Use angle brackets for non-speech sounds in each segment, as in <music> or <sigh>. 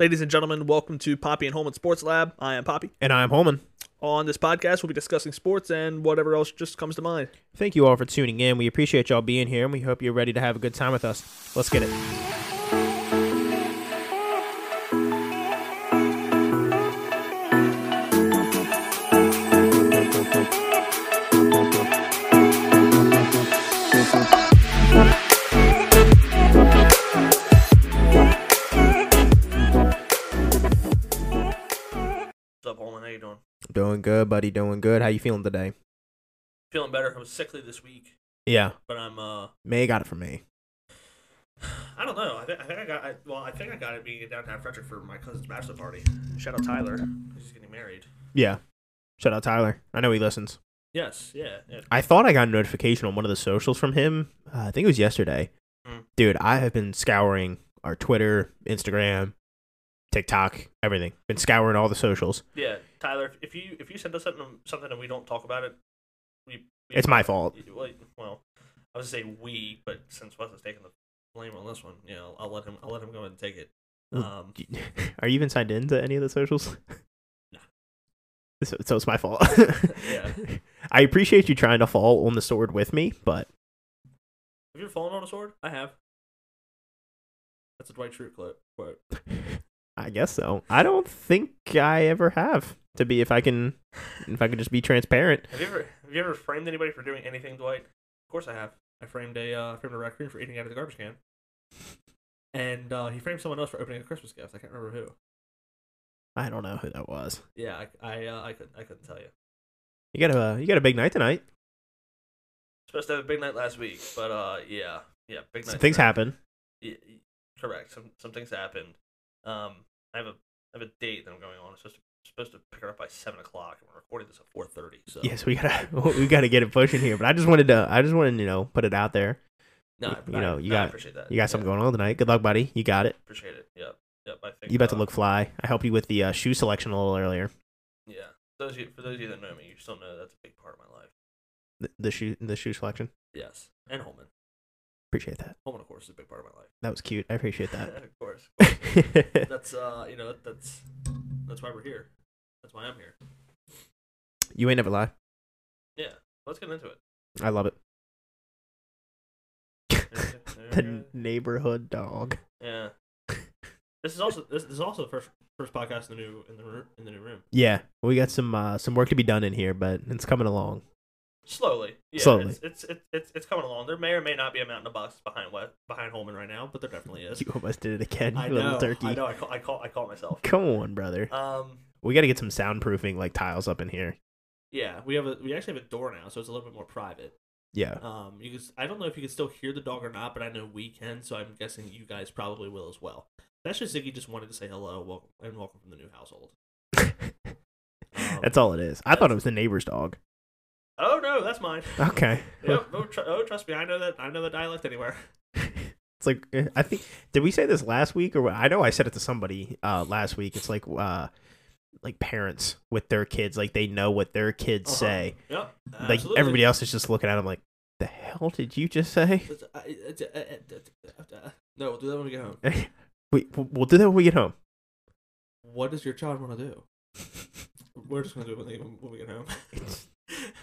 Ladies and gentlemen, welcome to Poppy and Holman Sports Lab. I am Poppy. And I'm Holman. On this podcast, we'll be discussing sports and whatever else just comes to mind. Thank you all for tuning in. We appreciate y'all being here, and we hope you're ready to have a good time with us. Let's get it. What's up, Holman? How you doing? Doing good, buddy. Doing good. How you feeling today? Feeling better. I was sickly this week, Yeah, but I'm. uh May got it from me. I don't know. I, th- I think I got. I, well, I think I got it being in downtown Frederick for my cousin's bachelor party. Shout out Tyler. He's getting married. Yeah. Shout out Tyler. I know he listens. Yes. Yeah. yeah. I thought I got a notification on one of the socials from him. Uh, I think it was yesterday. Mm. Dude, I have been scouring our Twitter, Instagram, TikTok, everything. Been scouring all the socials. Yeah. Tyler, if you if you send us something something and we don't talk about it, we. we It's my fault. Well, well, I was gonna say we, but since Wes is taking the blame on this one, you know, I'll let him. I'll let him go ahead and take it. Mm. Um, <laughs> Are you even signed into any of <laughs> the socials? No. So, so it's my fault. Yeah. <laughs> I appreciate you trying to fall on the sword with me, but Have you ever fallen on a sword? I have. That's a Dwight Schrute clip. But I guess so. I don't think I ever have to be if I can if I could just be transparent. have you ever have you ever framed anybody for doing anything, Dwight? Of course I have. I framed a uh, framed a raccoon for eating out of the garbage can. And uh, he framed someone else for opening a Christmas gift. I can't remember who. I don't know who that was. Yeah, I I, uh, I couldn't I couldn't tell you. You got a you got a big night tonight. Supposed to have a big night last week, but uh, yeah, yeah, big night. Some things tonight. happen. Yeah, y- correct. Some some things happened. Um, I have a I have a date that I'm going on. I'm supposed to supposed to pick her up by seven o'clock, and we're recording this at four thirty. So Yes, we gotta <laughs> we gotta get it pushing here. But I just wanted to I just wanted to you know put it out there. <laughs> no, I, you know, I- you no, I got- appreciate that. You got Yeah, something going on tonight. Good luck, buddy. You got it. Appreciate it. Yep, yep. I think You about to uh, look fly. I helped you with the uh, shoe selection a little earlier. Yeah, those of you, for those of you that know me, you still know that's a big part of my life. The, the shoe the shoe selection. Yes, and Holman. Appreciate that. Holman, of course, is a big part of my life. That was cute. I appreciate <laughs> that. of course. That's uh, you know, that's that's why we're here. That's why I'm here. you ain't never lie. Yeah. Let's get <laughs> into it. I love it. Okay. The neighborhood dog. <laughs> Yeah. This is also this, this is also the first first podcast in the new in the roo- in the new room. Yeah, we got some uh, some work to be done in here, but it's coming along. Slowly, yeah, Slowly. It's, it's it's it's it's coming along. There may or may not be a mountain of boxes behind what behind Holman right now, but there definitely is. <laughs> You almost did it again, you I little know, turkey. I know. I call I call I call myself. <laughs> Come on, brother. Um, We got to get some soundproofing like tiles up in here. yeah, we have a we actually have a door now, so it's a little bit more private. Yeah, Um, you can, s- I don't know if you can still hear the dog or not, but I know we can, so I'm guessing you guys probably will as well. That's just Ziggy just wanted to say hello, welcome, and welcome from the new household. Um, that's all it is. I thought it was the neighbor's dog. Oh no, that's <laughs> mine. Okay. Yep, oh, tr- oh, trust me, I know that I know the dialect anywhere. <laughs> It's like eh, I think did we say this last week or what? I know I said it to somebody uh, last week. It's like uh, like parents with their kids, like they know what their kids Uh-huh. <laughs> say. Yep. Like everybody else is just looking at them like, "The hell did you just say?" <laughs> uh, No, we'll do that when we get home. we we'll do that when we get home. What does your child want to <laughs> do? We're just gonna do it when, they, when we get home. It's,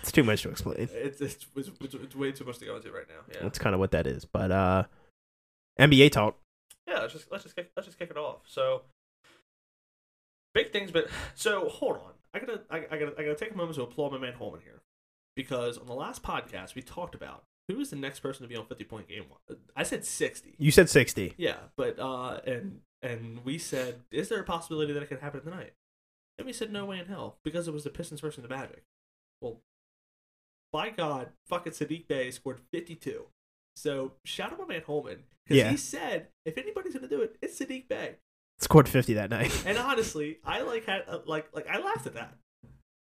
it's <laughs> too much to explain. It's, it's, it's, it's, it's way too much to go into right now. Yeah. That's kind of what that is. But uh, NBA talk. yeah, let's just let's just kick, let's just kick it off. So big things, but so hold on. I gotta I, I gotta I gotta take a moment to applaud my man Holman here because on the last podcast we talked about who is the next person to be on fifty point game. one. I said sixty. You said sixty. Yeah, but uh, and and we said, is there a possibility that it could happen tonight? And we said, no way in hell, because it was the Pistons versus the Magic. Well, by God, fucking Sadiq Bay scored fifty-two. So shout out my man Holman because Yeah. he said, if anybody's gonna do it, it's Sadiq Bay. Scored fifty that night. <laughs> And honestly, I like had uh, like like I laughed at that.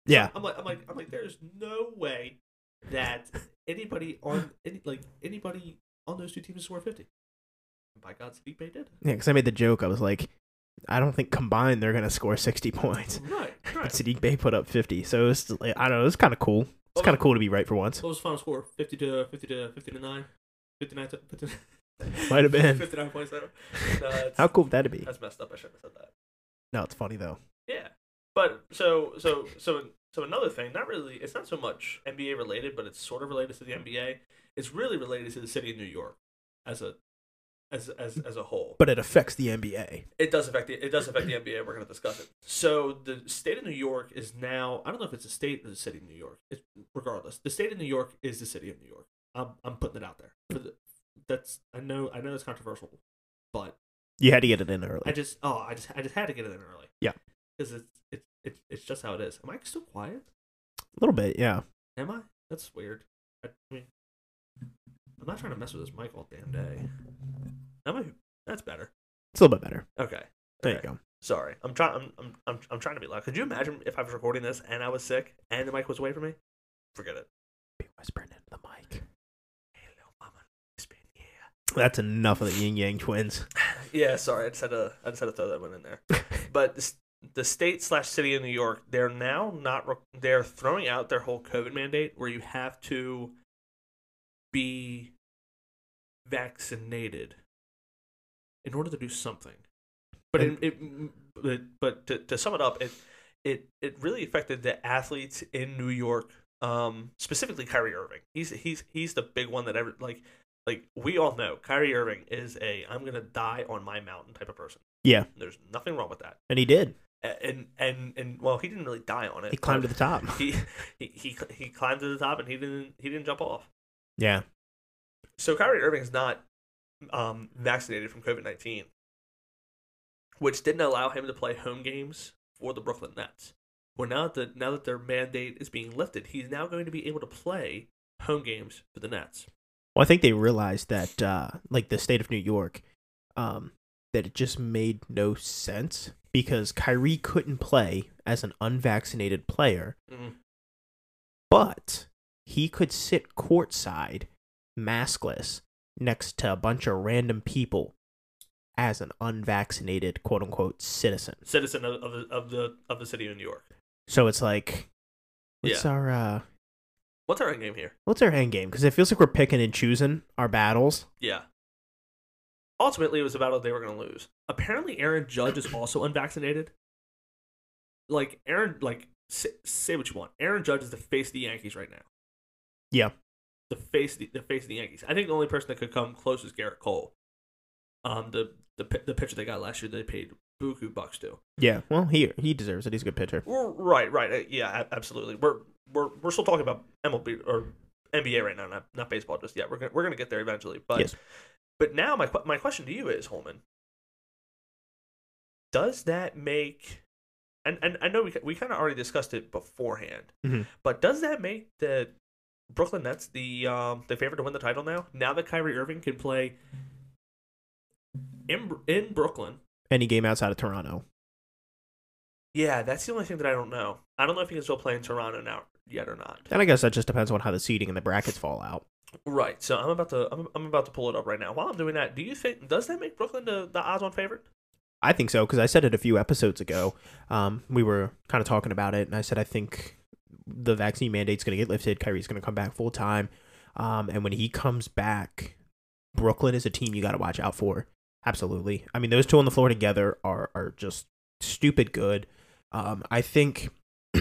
yeah, I'm like I'm like I'm like there's no way that anybody on any like anybody on those two teams scored fifty. And by God, Sadiq Bay did. yeah. Because I made the joke. I was like, I don't think combined they're gonna score sixty <laughs> points. Right, But right. Sadiq Bay put up fifty, so it was, like, I don't know. It was kind of cool. It's kind of cool to be right for once. What was the final score? 50 to 50 to 50 to 9? 59 to 50, <laughs> Might have been. 59 points. I don't- No, it's- <laughs> How cool would that be? That's messed up. I shouldn't have said that. No, it's funny though. Yeah. But so so so so another thing, not really it's not so much NBA related, but it's sort of related to the NBA. It's really related to the city of New York as a as as as a whole. But it affects the NBA. it does affect the it does affect the NBA. We're going to discuss it. So the state of New York is now I don't know if it's a state or the city of New York. It's, regardless, the state of New York is the city of New York. I'm I'm putting it out there. For the, that's I know I know it's controversial, but You had to get it in early. I just oh I just I just had to get it in early. Yeah. because it's it's it's it's just how it is. Am I still quiet? a little bit, yeah. Am I? That's weird. I, I mean, I'm not trying to mess with this mic all damn day. Am I? That's better. It's a little bit better. Okay. There Okay. you go. Sorry, I'm trying. I'm, I'm I'm I'm trying to be loud. Could you imagine if I was recording this and I was sick and the mic was away from me? Forget it. Be whispering into the mic. Hello, mama. That's enough of the yin yang twins. <laughs> Yeah, sorry. I just had to. I just had to throw that one in there. but this, the state slash city of New York, they're now not. Re- they're throwing out their whole COVID mandate where you have to be vaccinated in order to do something. But it, it but, but to, to sum it up, it it it really affected the athletes in New York, um, specifically Kyrie Irving. He's he's he's the big one that ever like like we all know Kyrie Irving is a I'm gonna die on my mountain type of person. Yeah. There's nothing wrong with that. And he did. A- And and and well, he didn't really die on it. He climbed to the top. <laughs> he, he he he climbed to the top and he didn't he didn't jump off. yeah. So Kyrie Irving is not um, vaccinated from COVID nineteen, which didn't allow him to play home games for the Brooklyn Nets. Well, now that the, now that their mandate is being lifted, he's now going to be able to play home games for the Nets. Well, I think they realized that, uh, like the state of New York, um, that it just made no sense because Kyrie couldn't play as an unvaccinated player, Mm. but he could sit courtside, maskless, next to a bunch of random people as an unvaccinated quote unquote citizen. Citizen of, of the of the of the city of New York. So it's like, what's our uh, What's our end game here? what's our end game? Because it feels like we're picking and choosing our battles. Yeah. Ultimately, it was a battle they were going to lose. Apparently, Aaron Judge is also unvaccinated. Like Aaron, like say, say what you want. Aaron Judge is the face of the Yankees right now. Yeah. the face of the, the face of the Yankees. I think the only person that could come close is Garrett Cole. Um, the the pi- the pitcher they got last year, they paid buku bucks to. Yeah, well, he he deserves it. He's a good pitcher. Right, right, uh, yeah, a- absolutely. We're we're we're still talking about MLB or NBA right now, not not baseball just yet. We're gonna, we're gonna get there eventually, but Yes. but now my que- my question to you is Holman, does that make and and I know we ki- we kind of already discussed it beforehand, Mhm. but does that make the Brooklyn Nets the um the favorite to win the title now? Now that Kyrie Irving can play in Br- in Brooklyn, Any game outside of Toronto, yeah, that's the only thing that I don't know. I don't know if he can still play in Toronto now yet or not. and I guess that just depends on how the seeding and the brackets fall out. Right. So I'm about to I'm, I'm about to pull it up right now. While I'm doing that, do you think does that make Brooklyn the, the odds on favorite? I think so because I said it a few episodes ago. Um, we were kind of talking about it, and I said I think the vaccine mandate's going to get lifted. Kyrie's going to come back full time, um, and when he comes back, Brooklyn is a team you got to watch out for. Absolutely. I mean, those two on the floor together are are just stupid good. Um, I think <clears throat>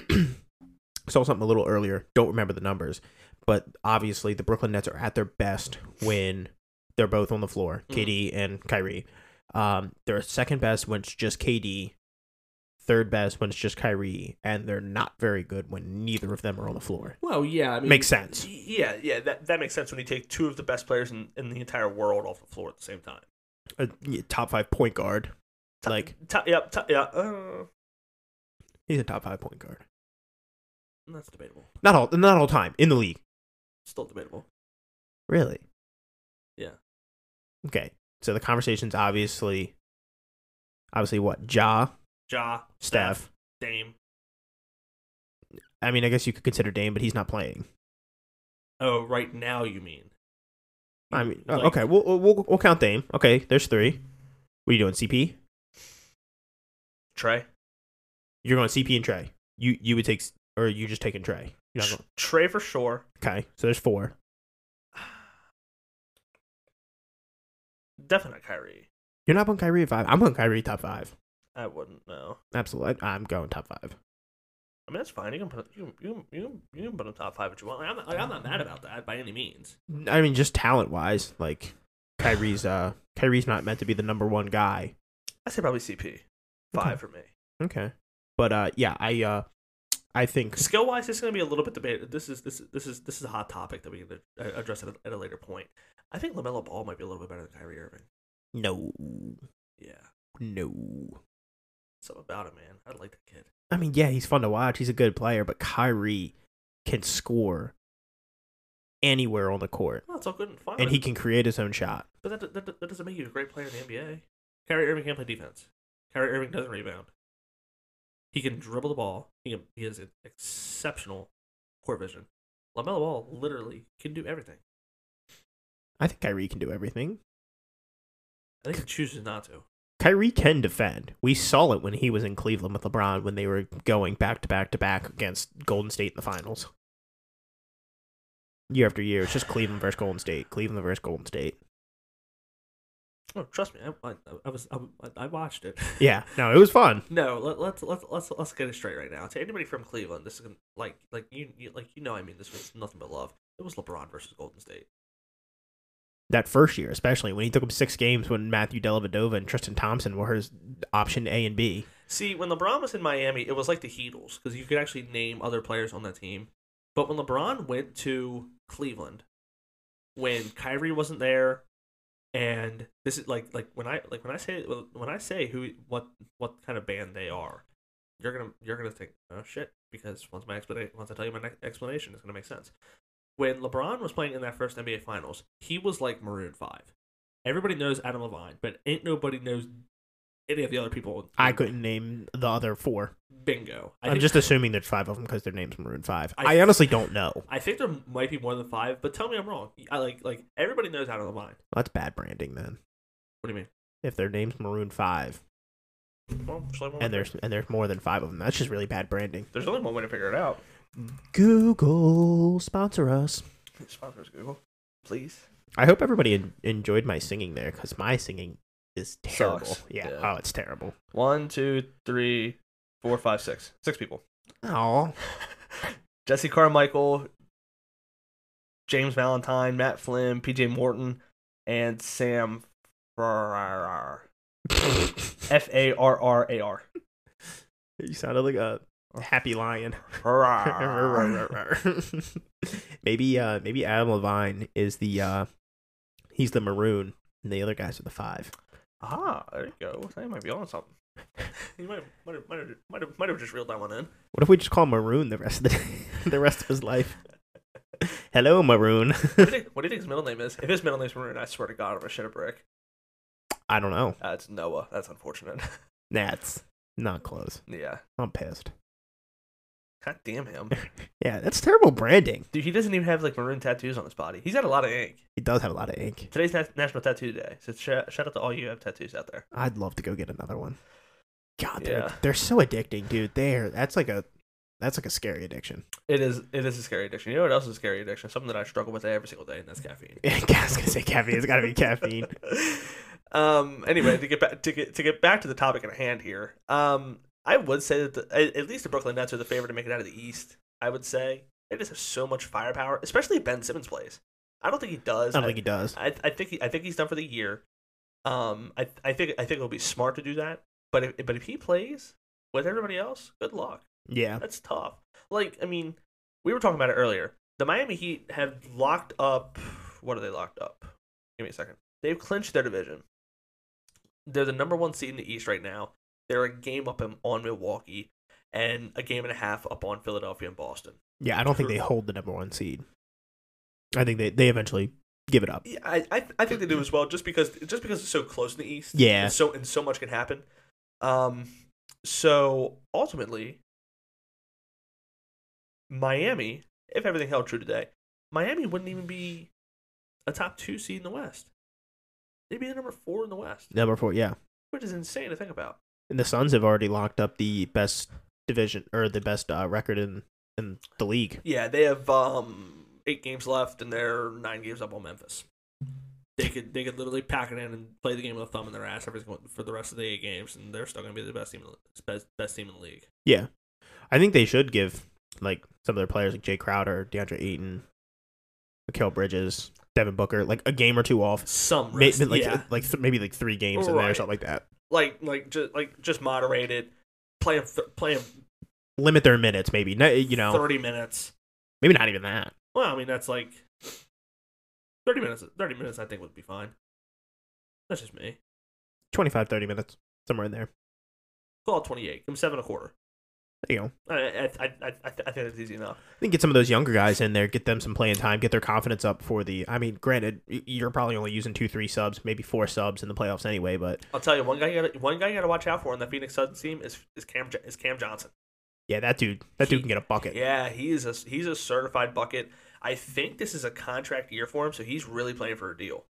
saw something a little earlier. Don't remember the numbers, but obviously the Brooklyn Nets are at their best when they're both on the floor, Mhm. KD and Kyrie. Um, they're second best when it's just KD, third best when it's just Kyrie, and they're not very good when neither of them are on the floor. Well, yeah, I Makes sense. Yeah, yeah, that, that makes sense when you take two of the best players in, in the entire world off the floor at the same time. A yeah, top five point guard. Like T- yeah, t- yeah, uh, he's a top five point guard. that's debatable. Not all, not all time in the league. Still debatable. Really? Yeah. Okay. So the conversation's obviously, obviously what Ja, Ja, Steph. Dame. I mean, I guess you could consider Dame, but he's not playing. Oh, right now you mean? I mean, Like- okay, we'll, we'll we'll count Dame. Okay, there's three. What are you doing, CP? Trey. You're going CP and Trey. You you would take, or you just taking Trey. You're not Tr- Trey for sure. <sighs> going, okay, so there's four. Definitely not Kyrie. You're not on Kyrie at five. I'm on Kyrie top five. I wouldn't know. Absolutely, I, I'm going top five. I mean, that's fine. You can put you can, you can, you can, you can put them top five if you want. Like, I'm not, like, I'm not mad about that by any means. I mean, just talent wise, like Kyrie's uh Kyrie's not meant to be the number one guy. I say probably CP five Okay. for me. Okay, but uh, yeah, I uh, I think Skill wise, this is going to be a little bit debated. This is this this is this is a hot topic that we can uh, address at a, at a later point. I think Lamelo Ball might be a little bit better than Kyrie Irving. no, Yeah, no. something about him, man. I like that kid. I mean, yeah, he's fun to watch. He's a good player, but Kyrie can score anywhere on the court, Well, it's all good and fine. and he can create his own shot. But that, that, that doesn't make you a great player in the NBA. Kyrie Irving can't play defense. Kyrie Irving doesn't rebound. He can dribble the ball. He, can, he has an exceptional court vision. LaMelo Ball literally can do everything. I think Kyrie can do everything. I think he chooses not to. Kyrie can defend. We saw it when he was in Cleveland with LeBron when they were going back to back to back against Golden State in the finals. Year after year, it's just Cleveland versus Golden State, Cleveland versus Golden State. Oh, trust me. I, I, I was I, I watched it. <laughs> Yeah, no, it was fun. No, let, let's let's let's let's get it straight right now. To anybody from Cleveland, this is gonna, like like you, you like you know I mean this was nothing but love. It was LeBron versus Golden State. That first year, especially when he took up six games when Matthew Dellavedova and Tristan Thompson were his option A and B. See, when LeBron was in Miami, it was like the Heatles because you could actually name other players on that team. But when LeBron went to Cleveland, when Kyrie wasn't there, and this is like like when I like when I say when I say who what what kind of band they are, you're gonna you're gonna think oh shit because once my explanation once I tell you my next explanation, it's gonna make sense. When LeBron was playing in that first NBA Finals, he was like Maroon Five. Everybody knows Adam Levine, but ain't nobody knows any of the other people. I couldn't name the other four. Bingo. I I'm think, just assuming there's five of them because their names Maroon Five. I- I, honestly don't know. I think there might be more than five, but tell me I'm wrong. I like like everybody knows out of the line. That's bad branding then. What do you If their names Maroon Five mean? Well, there's only one way and to there's and there's more than five of them, that's just really bad branding. figure- there's only one way to figure it out. Google sponsor us. Sponsors Google, please. I hope everybody en- enjoyed my singing there because my singing is terrible. Sucks. Yeah. Yeah. Oh, it's terrible. One, two, three, four, five, six. Six <laughs> people. Oh, Jesse Carmichael, James Valentine, Matt Flynn, PJ Morton, and Sam Farrar. F A R R A <laughs> R. you sounded like a happy lion. <laughs> Ah. maybe uh maybe Adam Levine is the uh he's the maroon and the other guys are the five. Ah, there you go. I might be on <laughs> something. you might might have, might, have, might, have, might have just reeled that one in. What if we just call him Maroon the rest of the <laughs> the <laughs> rest of his life? Hello, <laughs> Maroon. <laughs> What do, you think, what do you think his middle name is? If his middle name's Maroon, I swear to God, I'm gonna shit a brick. I don't know. That's Noah. That's unfortunate. <laughs> That's not close. yeah. I'm pissed. God damn <laughs> him, Yeah, that's terrible branding. dude. He doesn't even have like maroon tattoos on his body. He's had a lot of ink. It does have a lot of ink. Today's na- National Tattoo Day, so sh- shout out to all you who have tattoos out there. I'd love to go get another one. God, they're, Yeah. they're so addicting, dude. They're that's like a that's like a scary addiction. <laughs> It is it is a scary addiction. You know what else is a scary addiction? Something that I struggle with every single day, and that's caffeine. I was gonna say caffeine. It's gotta be caffeine. <laughs> um. Anyway, to get back to get to get back to the topic at hand here. Um. I would say that the, at, at least the Brooklyn Nets are the favorite to make it out of the East. I would say they just have so much firepower, especially if Ben Simmons plays. I don't think he I does. don't think he does. I, I think he, I think he's done for the year. Um. I I think I think it'll be smart to do that. But if but if he plays with everybody else, good luck. Yeah, That's tough. Like, I mean, we were talking about it earlier. The Miami Heat have locked up. What are they locked up? Give me a second. They've clinched their division. They're the number one seed in the East right now. They're a game up in- on Milwaukee and a game and a half up on Philadelphia and Boston. yeah. I don't think they hold the number one seed. I think they they eventually give it up. Yeah, I, I, I think they do as well, just because just because it's so close in the East. Yeah, and so and so much can happen. Um, so ultimately, Miami, if everything held true today, Miami wouldn't even be a top two seed in the West. They'd be the number four in the West, number four. Yeah, which is insane to think about. and the Suns have already locked up the best division or the best uh, record in in the league. Yeah, they have um eight games left, and they're nine games up on Memphis. They could they could literally pack it in and play the game with a thumb in their ass every single- for the rest of the eight games, and they're still gonna be the best team in the, best, best team in the league. Yeah, I think they should give like some of their players like Jay Crowder, DeAndre Ayton, Mikael Bridges, Devin Booker, like a game or two off. Some May- rest, like uh, yeah, like th- maybe like three games in there or Right. something like that. like like just like just moderate it. Play 'em th- play 'em Limit their minutes, maybe. No, you know, thirty minutes. maybe not even that. Well, I mean that's like thirty minutes. Thirty minutes, I think would be fine. That's just me. 25, 30 minutes, somewhere in there. Call it twenty eight. Give them seven and a quarter. There you go. I I I, I, I think that's easy enough. I think get some of those younger guys in there, get them some playing time, get their confidence up for the. I mean, granted, y- you're probably only using two, three subs, maybe four subs in the playoffs anyway. But I'll tell you one guy. You gotta, one guy you got to watch out for on the Phoenix Suns team is is Cam Jo- is Cam Johnson. yeah, that dude, that He- dude can get a bucket. Yeah, he is a he's a certified bucket. I think this is a contract year for him, so he's really playing for a deal.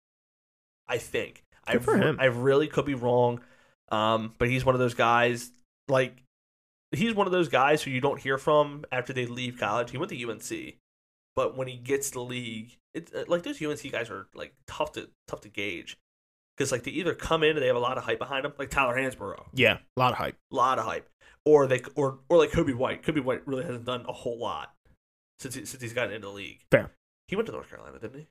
I think. I Good for him. I really could be wrong, um, but he's one of those guys. Like, he's one of those guys who you don't hear from after they leave college. He went to UNC, but when he gets to the league, it's uh, like those UNC guys are like tough to tough to gauge because like they either come in and they have a lot of hype behind them, like Tyler Hansborough yeah, a lot of hype. lot of hype. Or they or or like Kobe White. Kobe White really hasn't done a whole lot since he, since he's gotten into the league. Fair. He went to North Carolina, didn't he?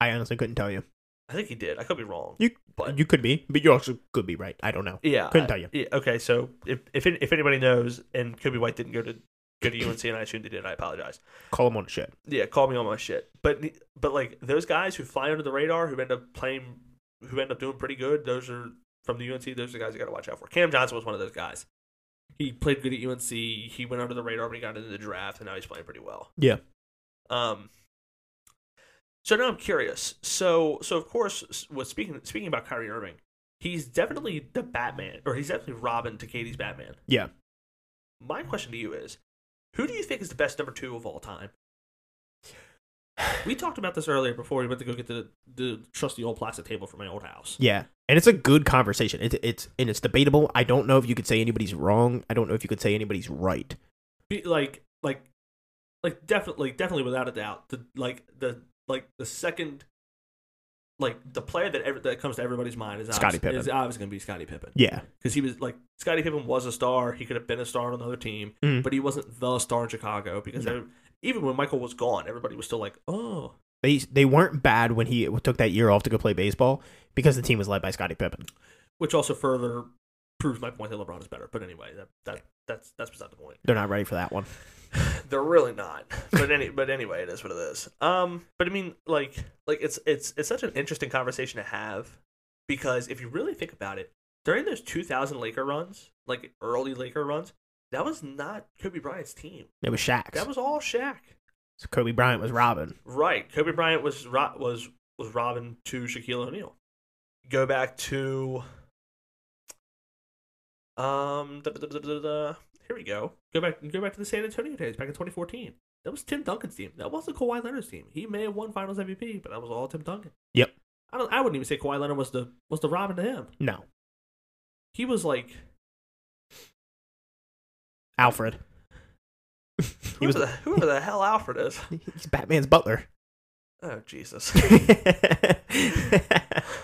I honestly couldn't tell you. I think he did. I could be wrong. You But- you could be, but you also could be right. I don't know. yeah, Couldn't tell you. I- yeah, okay, so if if any- if anybody knows, and Kobe White didn't go to go to UNC, and I assumed he did. I apologize. Call him on shit. Yeah, call me on my shit. But but like those guys who fly under the radar, who end up playing, who end up doing pretty good, those are from the UNC. Those are the guys you got to watch out for. Cam Johnson was one of those guys. He played good at UNC. He went under the radar when he got into the draft, and now he's playing pretty well. Yeah. Um. So now I'm curious. So so of course, s- with speaking speaking about Kyrie Irving, he's definitely the Batman, or he's definitely Robin to Katie's Batman. Yeah. My question to you is, who do you think is the best number two of all time? We talked about this earlier before we went to go get the the trusty old plastic table for my old house. Yeah. And it's a good conversation. It's it's and it's debatable. I don't know if you could say anybody's wrong. I don't know if you could say anybody's right. Be- Like like like definitely definitely without a doubt the like the like the second like the player that ever, that comes to everybody's mind is Scottie obvious- Pippen. is obviously going to be Scottie Pippen. Yeah. because he was like Scottie Pippen was a star. He could have been a star on another team, Mhm. but he wasn't the star in Chicago because No. every- even when Michael was gone, everybody was still like, "Oh, They they weren't bad when he took that year off to go play baseball because the team was led by Scottie Pippen. which also further proves my point that LeBron is better. But anyway, that that that's that's beside the point. They're not ready for that one. They're really not. But any but anyway, it is what it is. Um, but I mean, like like it's it's it's such an interesting conversation to have because if you really think about it, during those 2000 Laker runs, like early Laker runs, that was not Kobe Bryant's team. It was Shaq's. That was all Shaq. So Kobe Bryant was Robin. Right. Kobe Bryant was ro- was was Robin to Shaquille O'Neal. Go back to um da, da, da, da, da, da. here we go. Go back go back to the San Antonio days back in 2014. That was Tim Duncan's team. That wasn't Kawhi Leonard's team. He may have won Finals MVP, but that was all Tim Duncan. Yep. I don't. I wouldn't even say Kawhi Leonard was the was the Robin to him. No, He was like <laughs> Alfred. he whoever, was the, whoever the hell Alfred is. he's Batman's butler. <laughs> Oh Jesus. <laughs> I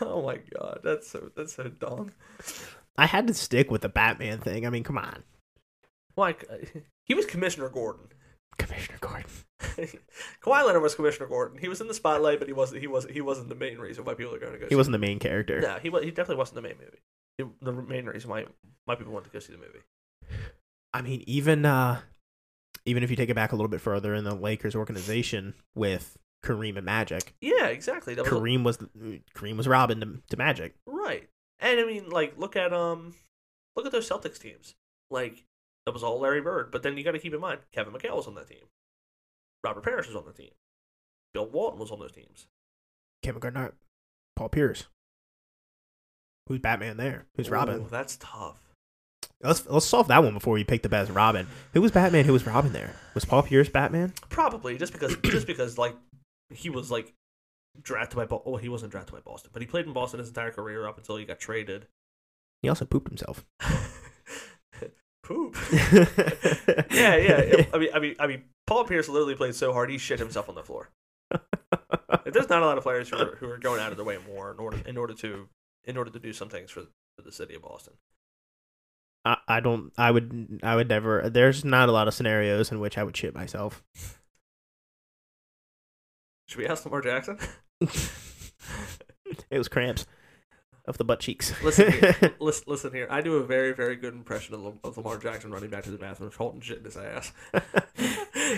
oh my God. That's so that's so dumb. had to stick with the Batman thing. I mean, come on, Like uh, <laughs> he was Commissioner Gordon. Commissioner Gordon. <laughs> Kawhi Leonard was Commissioner Gordon. He was in the spotlight, but he wasn't. He wasn't. He wasn't the main reason why people are going to go. He see wasn't the main character. No, he was. He definitely wasn't the main movie. He, the main reason why why people wanted to go see the movie. I mean, even uh, even if you take it back a little bit further in the Lakers organization with Kareem and Magic, Yeah, exactly. That was Kareem was Kareem was Robin to, to Magic. right. And I mean, like, look at um, look at those Celtics teams. Like that was all Larry Bird. But then you got to keep in mind Kevin McHale was on that team. Robert Parrish was on the team. Bill Walton was on those teams. Kevin Garnett, Paul Pierce. Who's Batman there? Who's Robin? Ooh, that's tough. Let's let's solve that one before we pick the best Robin. Who was Batman? Who was Robin there? Was Paul Pierce Batman? Probably just because <clears throat> just because like he was like drafted by Boston. Well, he wasn't drafted by Boston, but he played in Boston his entire career up until he got traded. He also <laughs> pooped himself. Poop. yeah, yeah, yeah. I mean, I mean, I mean, Paul Pierce literally played so hard he shit himself on the floor. There's not a lot of players who are, who are going out of their way more in order in order to in order to do some things for, for the city of Boston. <laughs> I, I don't. I would. I would never. There's not a lot of scenarios in which I would shit myself. Should we ask Lamar Jackson? <laughs> it was cramps of the butt cheeks. Listen, here, listen, listen here. I do a very, very good impression of, Lam- of Lamar Jackson running back to the bathroom, holding shit in his ass.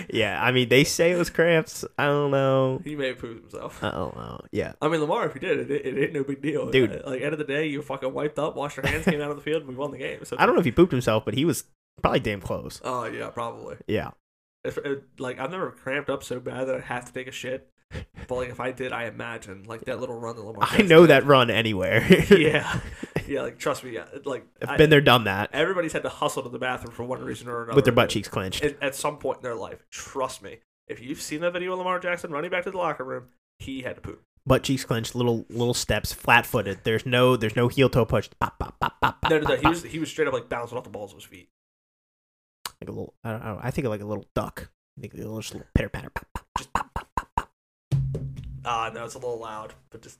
<laughs> yeah, I mean, they say it was cramps. I don't know. He may have pooped himself. I don't know. Yeah, I mean, Lamar, if he did, it, it ain't no big deal. Dude. Uh, Like, end of the day, you fucking wiped up, washed your hands, came out of the field, and we won the game. So, I don't know if he pooped himself, but he was probably damn close. Oh, yeah, probably. Yeah, If, it, like, I've never cramped up so bad that I'd have to take a shit. But, like, if I did, I imagine, like, that little run that Lamar I Jackson know <laughs> did. that run anywhere. <laughs> Yeah. Yeah, like, trust me. yeah, Like, I- <laughs> I've been there, done that everybody's had to hustle to the bathroom for one reason or another. with their butt cheeks clenched. at, at some point in their life. Trust me. If you've seen that video of Lamar Jackson running back to the locker room, he had to poop. butt cheeks clenched, little little steps, flat footed. There's no there's no heel toe push. Pop pop pop pop pop. No, no, no. pop, <laughs> He pop. was, he was straight up like bouncing off the balls of his feet. like a little. I don't know. I think of like a little duck. I think a little, just a little pitter patter. Pop, pop, pop, pop, pop, pop, pop. Ah, no, it's a little loud, but just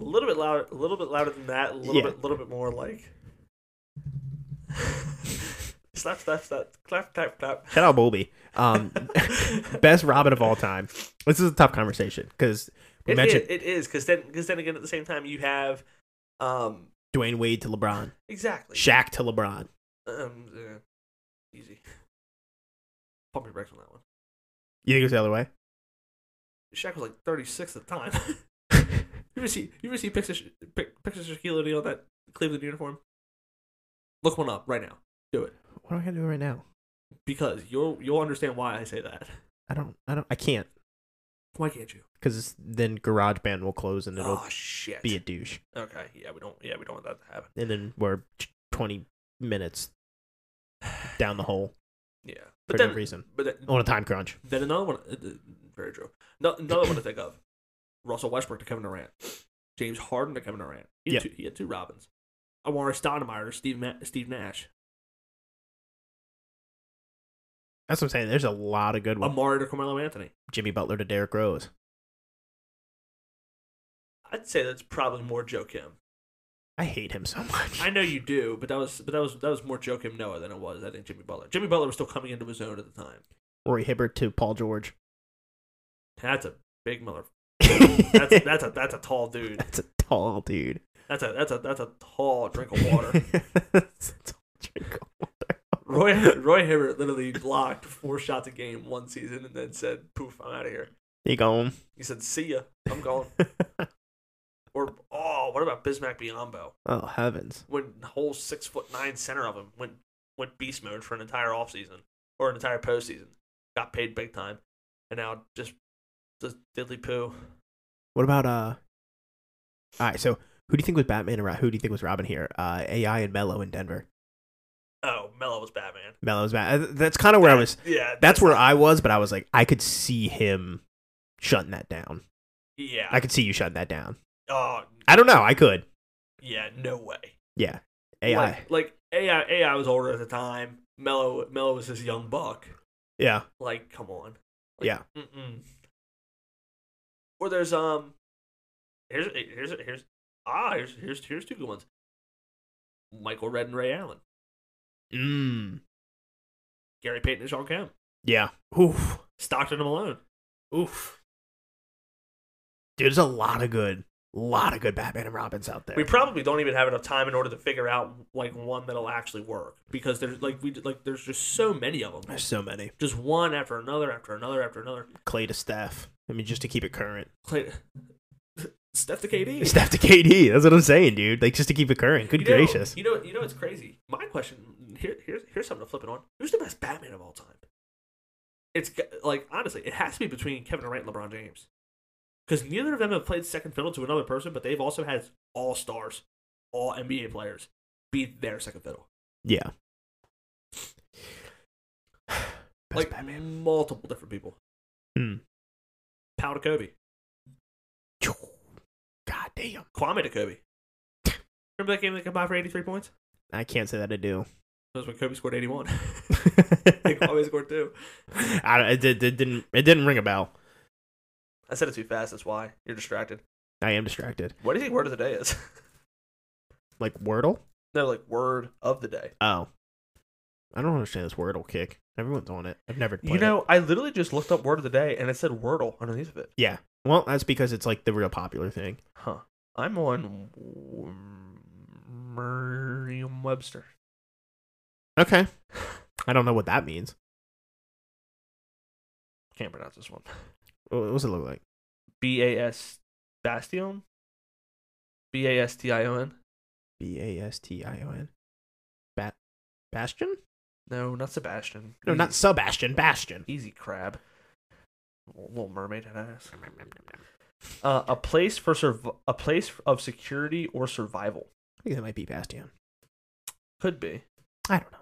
a little bit louder, a little bit louder than that, a little Yeah. bit, little bit more like <laughs> slap, slap, slap, clap, clap, clap. Shout out Bobby. <laughs> Um, <laughs> best Robin of all time. This is a tough conversation because we It is, mentioned it is, because then, because then again, at the same time, you have, um, Dwayne Wade to LeBron, exactly, Shaq to LeBron. um, uh, easy. Pump your brakes on that one. You think it was the other way? Shaq was like 36 at the <laughs> time. you ever see you ever see pictures pic- pictures of Shaquille O'Neal in that Cleveland uniform? Look one up right now What am I gonna do right now? because you'll you'll understand why I say that. I don't. I don't. I can't Why can't you? because then GarageBand will close and it'll oh shit. be a douche. okay, yeah, we don't yeah, we don't want that to happen. And then we're twenty minutes down the hole Yeah. for But no then reason but then, on a time crunch. then another one uh, uh, very true. No, another one to think of. <coughs> Russell Westbrook to Kevin Durant. James Harden to Kevin Durant. He had, Yeah. two, he had two Robins. Amari Stoudemire, Steve Ma- Steve Nash, That's what I'm saying. There's a lot of good ones. Amari to Carmelo Anthony. Jimmy Butler to Derrick Rose. I'd say that's probably more Joe Kim. I hate him so much. I know you do, but that was but that was that was more Joakim Noah than it was I think Jimmy Butler. Jimmy Butler was still coming into his own at the time. Rory Hibbert to Paul George. That's a big mother. that's, <laughs> That's that's a that's a tall dude. that's a tall dude. That's a that's a that's a tall drink of water. <laughs> That's a tall drink of water. Roy Roy Hibbert literally blocked four shots a game one season and then said, "Poof, I'm out of here." You going? He said, "See ya, I'm gone." Or oh, what about Bismack Biyombo? <laughs> Oh heavens! When the whole six foot nine center of him went went beast mode for an entire offseason or an entire postseason, got paid big time, and now just does diddly poo. What about uh? All right, so who do you think was Batman and Ro- who do you think was Robin here? Uh, AI and Mello in Denver. Oh, Melo was Batman. Mello's Bat. uh, That's kind of where I was. Yeah, That's where I was, but I was like, I could see him shutting that down. yeah. I could see you shutting that down. oh, I don't know. I could. yeah. No way. Yeah. AI. Like, like AI. AI was older at the time. Melo. Melo was this young buck. yeah. Like, come on. Like, Yeah. Mm-mm. Or there's um. Here's here's here's ah here's here's here's two good ones. Michael Red and Ray Allen, Mm. Gary Payton and Sean Kemp, Yeah. Oof. Stockton and Malone. Oof. Dude, there's a lot of good, lot of good Batman and Robins out there. We probably don't even have enough time in order to figure out like one that'll actually work because there's like we like there's just so many of them. There's so many. just one after another after another after another. Clay to Steph. I mean, just to keep it current. <laughs> Clay, <laughs> Steph to KD. Steph to KD. That's what I'm saying, dude. Like, just to keep it current. Good You know- gracious. You know, you know, it's crazy. My question here, here's here's something to flip it on. Who's the best Batman of all time? It's g- like honestly, it has to be between Kevin Durant and LeBron James, because neither of them have played second fiddle to another person, but they've also had all stars, all NBA players be their second fiddle, Yeah. <sighs> Best like Batman. multiple different people. Hmm. Powell to Kobe, God damn. Kwame to Kobe. Remember that game that combined for eighty three points? I can't say that I do. That was when Kobe scored 81. I think I <laughs> Kwame scored two. <laughs> don't, it, did, it didn't. It didn't ring a bell. I said it too fast. That's why you're distracted. I am distracted. What do you think word of the day is? <laughs> Like Wordle? no, like word of the day. Oh. I don't understand this Wordle kick. Everyone's on it. I've never played You know, I literally just looked up word of the day and it said Wordle underneath of it. it. Well, that's because it's like the real popular thing. Huh. I'm on w- Merriam-Webster. Okay. I don't know what that means. Can't pronounce this one. Wha- What does it look like? B A S Bastion. B A S T I O N. B A S T I O N. Bat Bastion? No, not Sebastian. No, Easy- not Sebastian. Bastion. Easy Crab. Little Mermaid had ass. Uh, a place for surv- a place of security or survival I think that might be Bastion. could be. I don't know.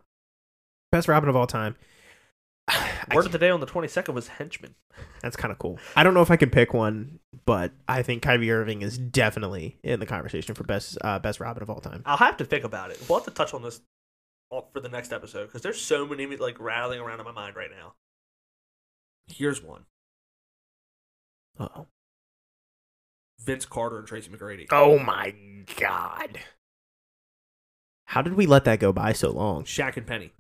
Best Robin of all time. <sighs> I Word of the day on the twenty second was henchman. That's kind of cool. I don't know if I can pick one, but I think Kyrie Irving is definitely in the conversation for best uh, best Robin of all time. I'll have to think about it. We'll have to touch on this all- for the next episode because there's so many like rattling around in my mind right now. Here's one: Uh-oh. Vince Carter and Tracy McGrady. Oh my god! How did we let that go by so long? Shaq and Penny.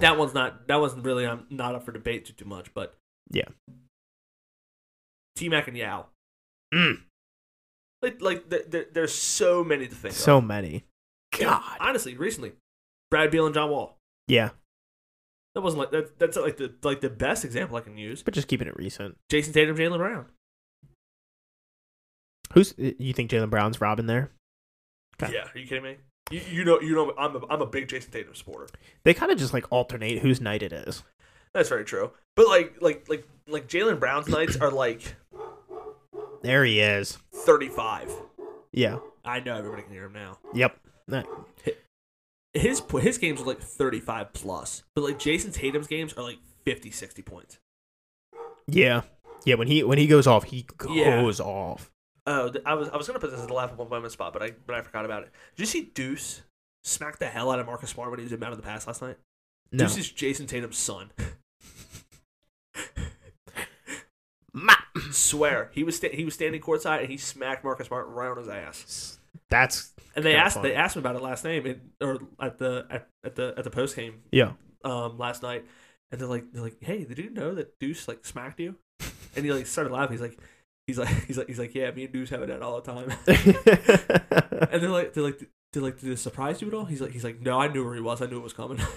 That one's not. That one's really um, not up for debate too, too much, but Yeah. T Mac and Yao. Mm. Like like th- th- there's so many to think. So of. many. And God. honestly, recently, Brad Beal and John Wall. Yeah, That wasn't like that, that's like the like the best example I can use. but just keeping it recent. Jason Tatum, Jalen Brown. Who's you think Jalen Brown's Robin there? Okay. Yeah, are you kidding me? You, you know you know I'm a, I'm a big Jason Tatum supporter. They kind of just like alternate whose night it is. That's very true. But like like like like Jalen Brown's nights are like There he is. 35. Yeah. I know everybody can hear him now. Yep. That- his his games are like 35 plus but like jason tatum's games are like 50 60 points Yeah. Yeah. When he when he goes off, he Yeah. goes off. oh th- i was i was gonna put this as the laughable moment spot but i but i forgot about it did you see deuce smack the hell out of marcus smart when he was in man of the pass last night No. deuce is jason tatum's son Ma- swear he was sta- he was standing courtside and he smacked marcus smart right on his ass That's and they Kinda asked they funny. asked him about it last name and, or at the at, at the at the post game yeah. um, last night, and they're like, they're like, hey, did you know that Deuce like smacked <laughs> you? And he like started laughing. He's like, he's like, <laughs> he's like, he's like, yeah, me and Deuce have it out all the time. <laughs> and they're like, they're like, they're like, did this surprise you at all? He's like, he's like, no, I knew where he was. I knew it was coming. <laughs>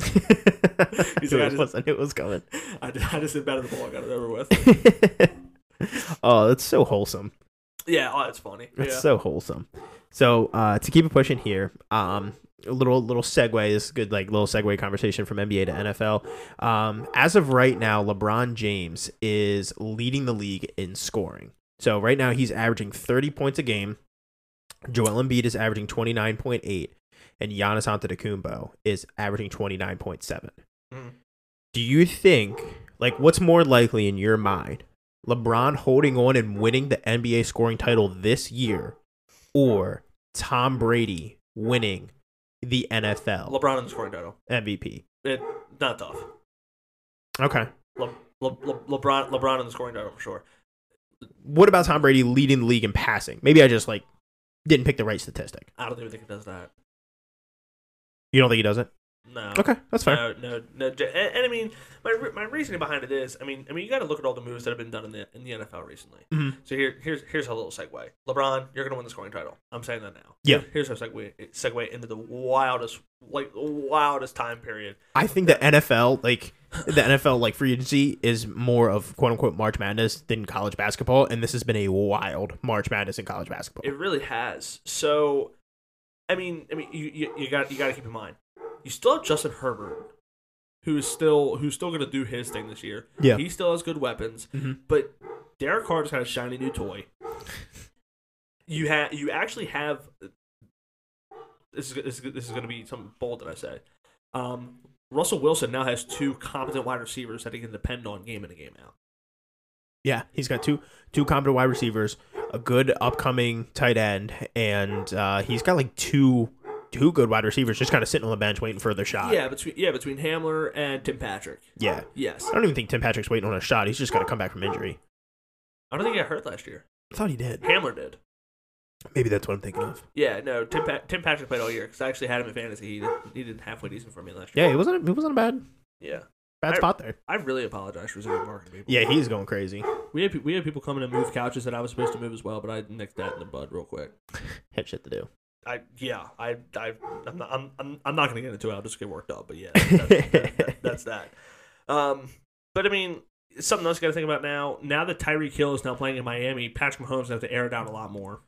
He's like, I like, I just- wasn't. It <laughs> was coming. I just, I just hit better the ball. I got it over with. oh, that's so wholesome. Yeah, oh, that's funny. That's yeah. so wholesome. So uh, to keep it pushing here, um, a little little segue. This is good, like little segue conversation from NBA to NFL. Um, as of right now, LeBron James is leading the league in scoring. So right now he's averaging 30 points a game. Joel Embiid is averaging 29.8, and Giannis Antetokounmpo is averaging 29.7. Mhm. Do you think like what's more likely in your mind? LeBron holding on and winning the NBA scoring title this year or Tom Brady winning the NFL LeBron in the scoring title. MVP? It, not tough. Okay. Le, Le, Le, LeBron, LeBron in the scoring title for sure. What about Tom Brady leading the league in passing? Maybe I just like didn't pick the right statistic. I don't even think it does that. You don't think he does it? No. Okay, that's fair. No, no, no. J- And, and I mean, my re- my reasoning behind it is, I mean, I mean, you got to look at all the moves that have been done in the in the NFL recently. Mhm. So here, here's here's a little segue. LeBron, you're gonna win the scoring title. I'm saying that now. Yeah. Here's our segue segue into the wildest like wildest time period. I think the NFL, like the NFL, like free agency is more of quote unquote March Madness than college basketball, and this has been a wild March Madness in college basketball. It really has. So, I mean, I mean, you you, you got you got to keep in mind, you still have Justin Herbert, who is still who's still going to do his thing this year. Yeah. he still has good weapons, Mhm. but Derek Carr just got a shiny new toy. You have you actually have. This is this is, this is going to be something bold that I say. Um, Russell Wilson now has two competent wide receivers that he can depend on game in and game out. Yeah, he's got two two competent wide receivers, a good upcoming tight end, and uh, he's got like two two good wide receivers just kind of sitting on the bench waiting for their shot. yeah, between yeah between Hamler and Tim Patrick. Yeah. Yes, I don't even think Tim Patrick's waiting on a shot. He's just got to come back from injury. I don't think he got hurt last year. I thought he did. Hamler did. Maybe that's what I'm thinking of. Yeah, no, Tim, pa- Tim Patrick played all year because I actually had him in fantasy. He did, he did halfway decent for me last year. Yeah, it wasn't. It wasn't a bad Yeah, bad I- spot there. I really apologize for Zach Martin. People. Yeah, he's going crazy. we had pe- we had people coming to move couches that I was supposed to move as well, but I nicked that in the bud real quick. Had shit to do. I yeah, I I I'm not, I'm, I'm I'm not gonna get into it. I'll just get worked up. But <laughs> yeah, that's that, that- that's that. Um, but I mean, something else you got to think about now. Now that Tyreek Hill is now playing in Miami, Patrick Mahomes have to air it out a lot more.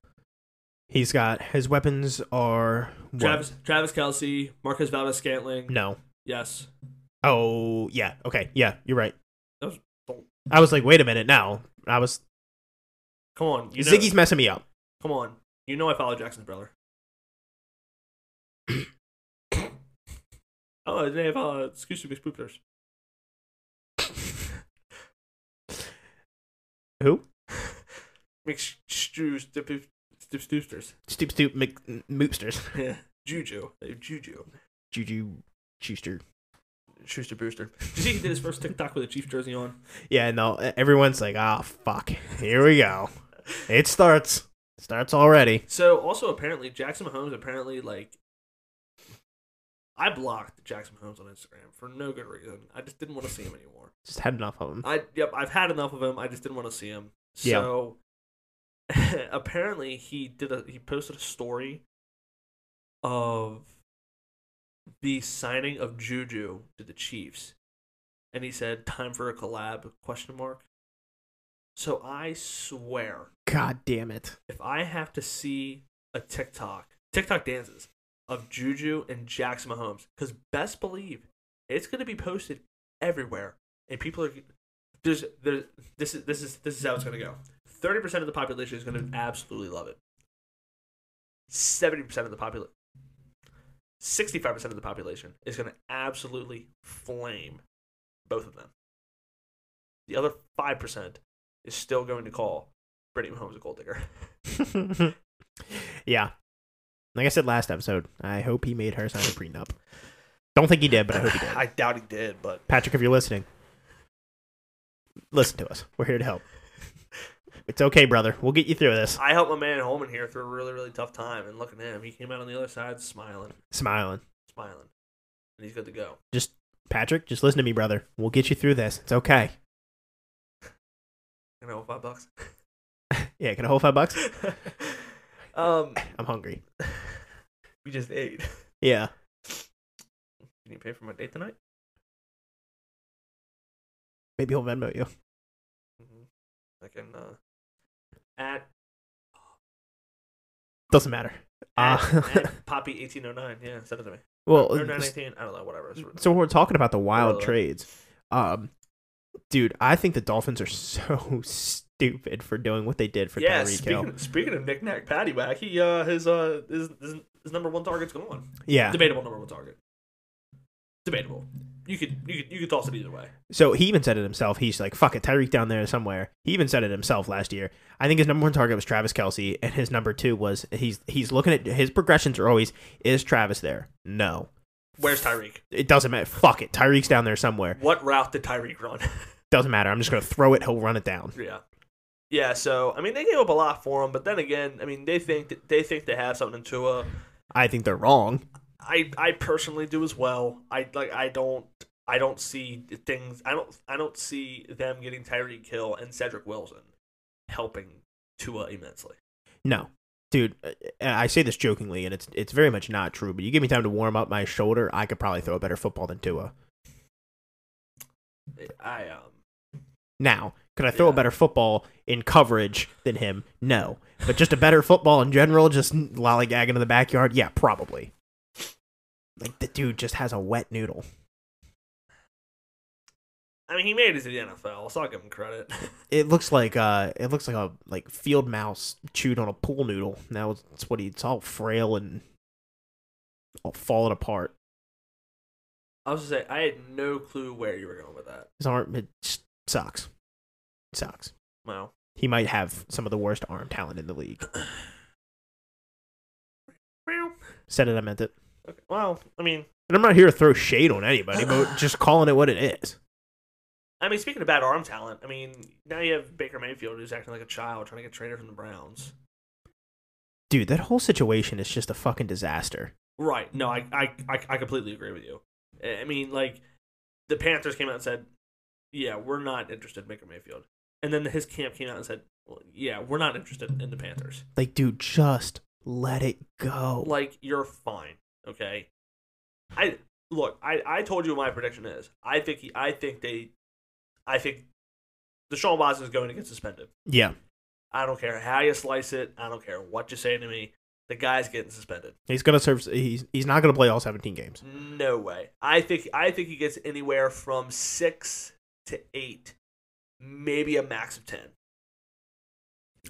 He's got his weapons are what? Travis Travis Kelsey, Marcus Valdez Scantling. No. Yes, Oh yeah. Okay. Yeah, you're right. That was bold. I was like, wait a minute. Now I was come on, you know, Ziggy's messing me up. Come on, you know I follow Jackson's brother. oh, his name uh, excuse me, spoopers. Who? McStews, Stoopsters. Stoop Stoop Mc, Moopsters. Yeah. Juju. They have Juju. Juju Schuster. Schuster Booster. Did you see he did his first TikTok with a Chiefs jersey on? <laughs> Yeah. No. Everyone's like, ah, fuck. Here we go. It starts. Starts already. So, also, apparently, Jackson Mahomes, apparently, like, I blocked Jackson Mahomes on Instagram for no good reason. I just didn't want to see him anymore. Just had enough of him. I yep, I've had enough of him. I just didn't want to see him. Yeah. So <laughs> apparently he did a he posted a story of the signing of Juju to the Chiefs. And he said, Time for a collab question mark. So I swear, God damn it. <laughs> if I have to see a TikTok, TikTok dances of Juju and Jackson Mahomes, because best believe it's going to be posted everywhere, and people are there's there's this is this is this is how it's going to go. Thirty percent of the population is going to absolutely love it. Seventy percent of the population. 65% of the population is going to absolutely flame both of them. The other 5% is still going to call Brittany Mahomes a gold digger. yeah. Like I said last episode, I hope he made her sign a prenup. Don't think he did, but <sighs> I hope he did. I doubt he did, but Patrick, if you're listening, listen to us. We're here to help. It's okay, brother. We'll get you through this. I helped my man Holman here through a really, really tough time. And look at him. He came out on the other side smiling, Smiling. smiling. And he's good to go. Patrick, just listen to me, brother. We'll get you through this. It's okay. You know, five bucks. <laughs> Yeah, can I hold five bucks? um, I'm hungry. we just ate. Yeah. Can you pay for my date tonight? Maybe he'll Venmo you. Mm-hmm. I can, uh, at, Doesn't matter. Eh, Uh, <laughs> Oh, at, at Poppy1809. Yeah, send it to me. well, Or 918. I don't know, whatever. It's- so we're talking about the wild Uh. trades. Um, dude, I think the Dolphins are <laughs> so stupid for doing what they did for yeah, Tyreek speaking, Hill. speaking of Knick Knack Paddywhack, he, uh, his, uh, his, his, his number one target's gone. Yeah. Debatable number one target. Debatable. You could you could you could toss it either way. So he even said it himself. He's like, "Fuck it, Tyreek down there somewhere." He even said it himself last year. I think his number one target was Travis Kelsey, and his number two was he's he's looking at his progressions are always is Travis there? No, Where's Tyreek? it doesn't matter. Fuck it, Tyreek's down there somewhere. What route did Tyreek run? <laughs> Doesn't matter. I'm just gonna throw it. He'll run it down. yeah. Yeah, so I mean they gave up a lot for him, but then again, I mean they think that they think they have something in Tua. I think they're wrong. I I personally do as well. I like I don't I don't see things I don't I don't see them getting Tyreek Hill and Cedric Wilson helping Tua immensely. No, dude, uh, I say this jokingly, and it's it's very much not true. But you give me time to warm up my shoulder, I could probably throw a better football than Tua. I um Now, could I throw a Yeah. better football in coverage than him? No. But just a better <laughs> football in general, just lollygagging in the backyard? Yeah, probably. Like, the dude just has a wet noodle. I mean he made it to the NFL, so I'll give him credit. <laughs> It looks like uh, it looks like a like field mouse chewed on a pool noodle. Now it's what he, it's all frail and all falling apart. I was gonna say I had no clue where you were going with that. His arm it just sucks, it sucks. Wow. He might have some of the worst arm talent in the league. Said it, I meant it. Okay. Well, I mean, And I'm not here to throw shade on anybody, but just calling it what it is. I mean, speaking of bad arm talent, I mean, now you have Baker Mayfield who's acting like a child trying to get traded from the Browns. Dude, that whole situation is just a fucking disaster. Right. No, I I I, I completely agree with you. I I mean, like the Panthers came out and said, "Yeah, we're not interested in Baker Mayfield," and then his camp came out and said, well, "Yeah, we're not interested in the Panthers." Like, dude, just let it go. Like you're fine, okay? I look. I I told you what my prediction is. I think he, I think they, I think Deshaun Watson is going to get suspended. yeah. I don't care how you slice it. I don't care what you say to me. The guy's getting suspended. He's gonna serve he's he's not gonna play all seventeen games. No way. I think I think he gets anywhere from six to eight, maybe a max of ten.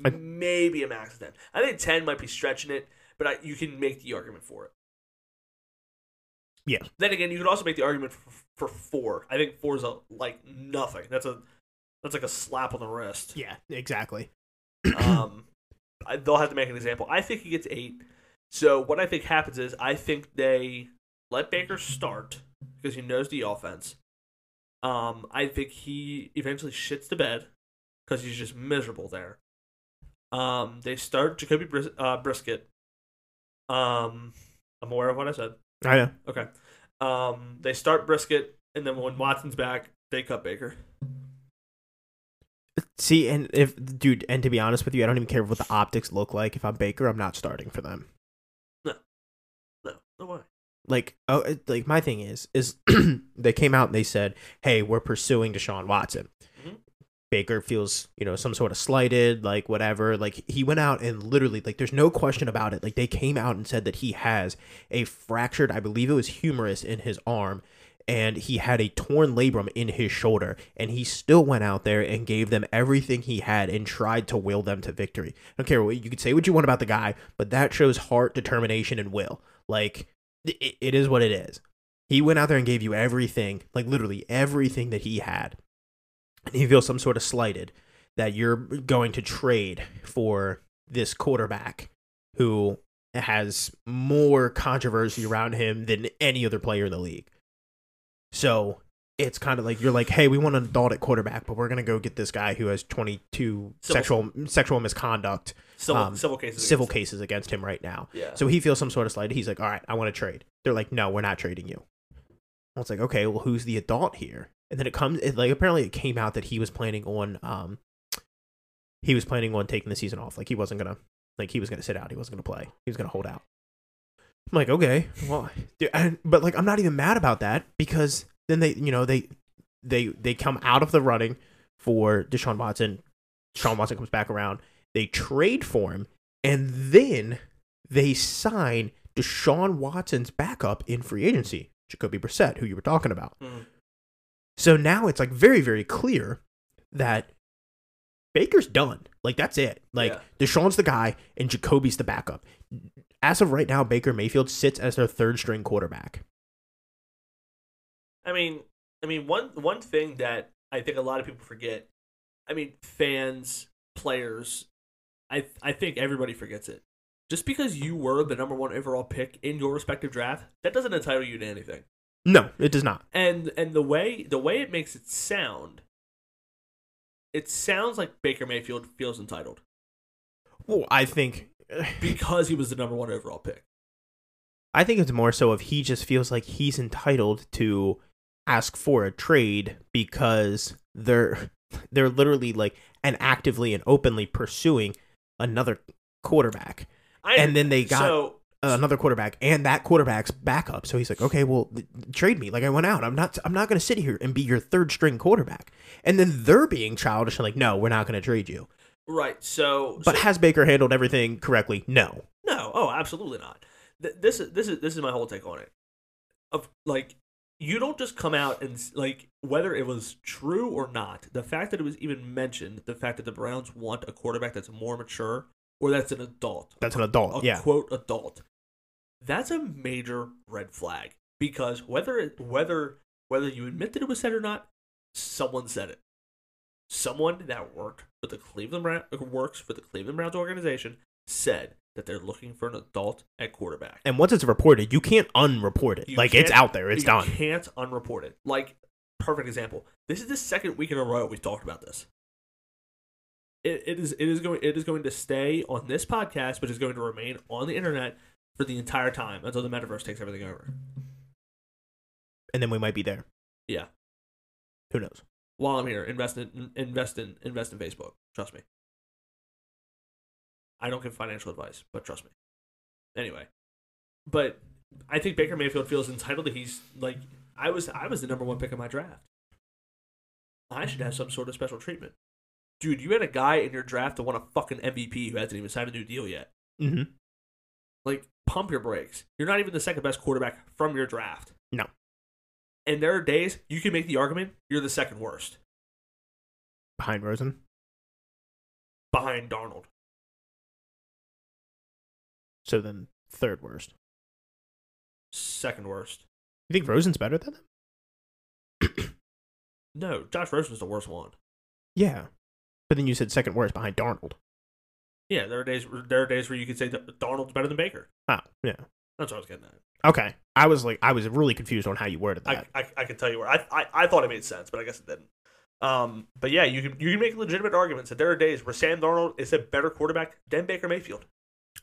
I- maybe a max of ten. I think ten might be stretching it, but I, you can make the argument for it. Yeah. Then again, you could also make the argument for, for four. I think four is a, like nothing. That's a that's like a slap on the wrist. Yeah, exactly. Um, I- they'll have to make an example. I think he gets eight. So what I think happens is I think they let Baker start because he knows the offense. Um, I think he eventually shits the bed because he's just miserable there. Um, they start Jacoby Bris- uh, Brisket. Um, I'm aware of what I said. I know. Okay. Um, they start Brisket, and then when Watson's back, they cut Baker. See, and if dude, and to be honest with you, I don't even care what the optics look like. If I'm Baker, I'm not starting for them. No, no way. Like, oh, it- like my thing is, is <clears throat> they came out and they said, "Hey, we're pursuing Deshaun Watson." Mhm. Baker feels, you know, some sort of slighted, like whatever. Like he went out and literally, like, there's no question about it. Like they came out and said that he has a fractured, I believe it was humerus in his arm, and he had a torn labrum in his shoulder, and he still went out there and gave them everything he had and tried to will them to victory. I don't care what you could say what you want about the guy, but that shows heart, determination, and will. Like it, it is what it is. He went out there and gave you everything, like literally everything that he had, and he feels some sort of slighted that you're going to trade for this quarterback who has more controversy around him than any other player in the league. So it's kind of like you're like, hey, we want an adult at quarterback, but we're gonna go get this guy who has 22 Civil- sexual sexual misconduct Civil, Um, civil cases. civil against cases against him right now. him. Yeah. So he feels some sort of slight. He's like, all right, I want to trade. They're like, no, we're not trading you. I was like, okay, well, who's the adult here? And then it comes, it, like, apparently it came out that he was planning on, um, he was planning on taking the season off. Like, he wasn't going to, like, he was going to sit out. He wasn't going to play. He was going to hold out. I'm like, okay, well, dude, and, but like, I'm not even mad about that because then they, you know, they, they, they come out of the running for Deshaun Watson. Deshaun Watson comes back around. They trade for him. And then they sign Deshaun Watson's backup in free agency, Jacoby Brissett, who you were talking about. Mm. So now it's like very, very clear that Baker's done. Like that's it. Like Yeah. Deshaun's the guy and Jacoby's the backup. As of right now, Baker Mayfield sits as their third string quarterback. I mean, I mean one one thing that I think a lot of people forget. I mean, fans, players, I I think everybody forgets it. Just because you were the number one overall pick in your respective draft, that doesn't entitle you to anything. No, it does not. And and the way the way it makes it sound, it sounds like Baker Mayfield feels entitled Well, I think because he was the number one overall pick. I think it's more so if he just feels like he's entitled to ask for a trade because they're <laughs> they're literally like and actively and openly pursuing another quarterback. I, And then they got uh, so another quarterback and that quarterback's backup. So he's like, "Okay, well, th- trade me. Like I went out. I'm not I'm not going to sit here and be your third string quarterback." And then they're being childish and like, "No, we're not going to trade you." right. So But so- has Baker handled everything correctly? No. No, oh, absolutely not. Th- this is this is this is my whole take on it. Of like, you don't just come out and s- like whether it was true or not. The fact that it was even mentioned, the fact that the Browns want a quarterback that's more mature or that's an adult, That's an a adult. Yeah. quote adult. That's a major red flag because whether it, whether whether you admit that it was said or not, someone said it. Someone that worked for the Cleveland Brown works for the Cleveland Browns organization said that they're looking for an adult at quarterback. And once it's reported, you can't unreport it. You like it's can't- out there. It's you done. Can't unreport it. Like perfect example. This is the second week in a row we've talked about this. It, it is it is going it is going to stay on this podcast, but is going to remain on the internet for the entire time until the metaverse takes everything over. And then we might be there. Yeah. Who knows? While I'm here, invest in invest in invest in Facebook. Trust me. I don't give financial advice, but trust me. Anyway, but I think Baker Mayfield feels entitled that he's like I was I was the number one pick in my draft. I should have some sort of special treatment. Dude, you had a guy in your draft that won a fucking MVP who hasn't even signed a new deal yet. Mm-hmm. Like, pump your brakes. You're not even the second best quarterback from your draft. No. And there are days you can make the argument you're the second worst Behind Rosen. behind Darnold. So then third worst. Second worst. You think Rosen's better than them? No, Josh Rosen's the worst one. Yeah. But then you said second worst behind Darnold. Yeah, there are days there are days where you could say that Darnold's better than Baker. Oh, yeah. That's what I was getting at. Okay. I was like I was really confused on how you worded that. I, I, I can tell you where I, I, I thought it made sense, but I guess it didn't. Um, but yeah, you can you can make legitimate arguments that there are days where Sam Darnold is a better quarterback than Baker Mayfield.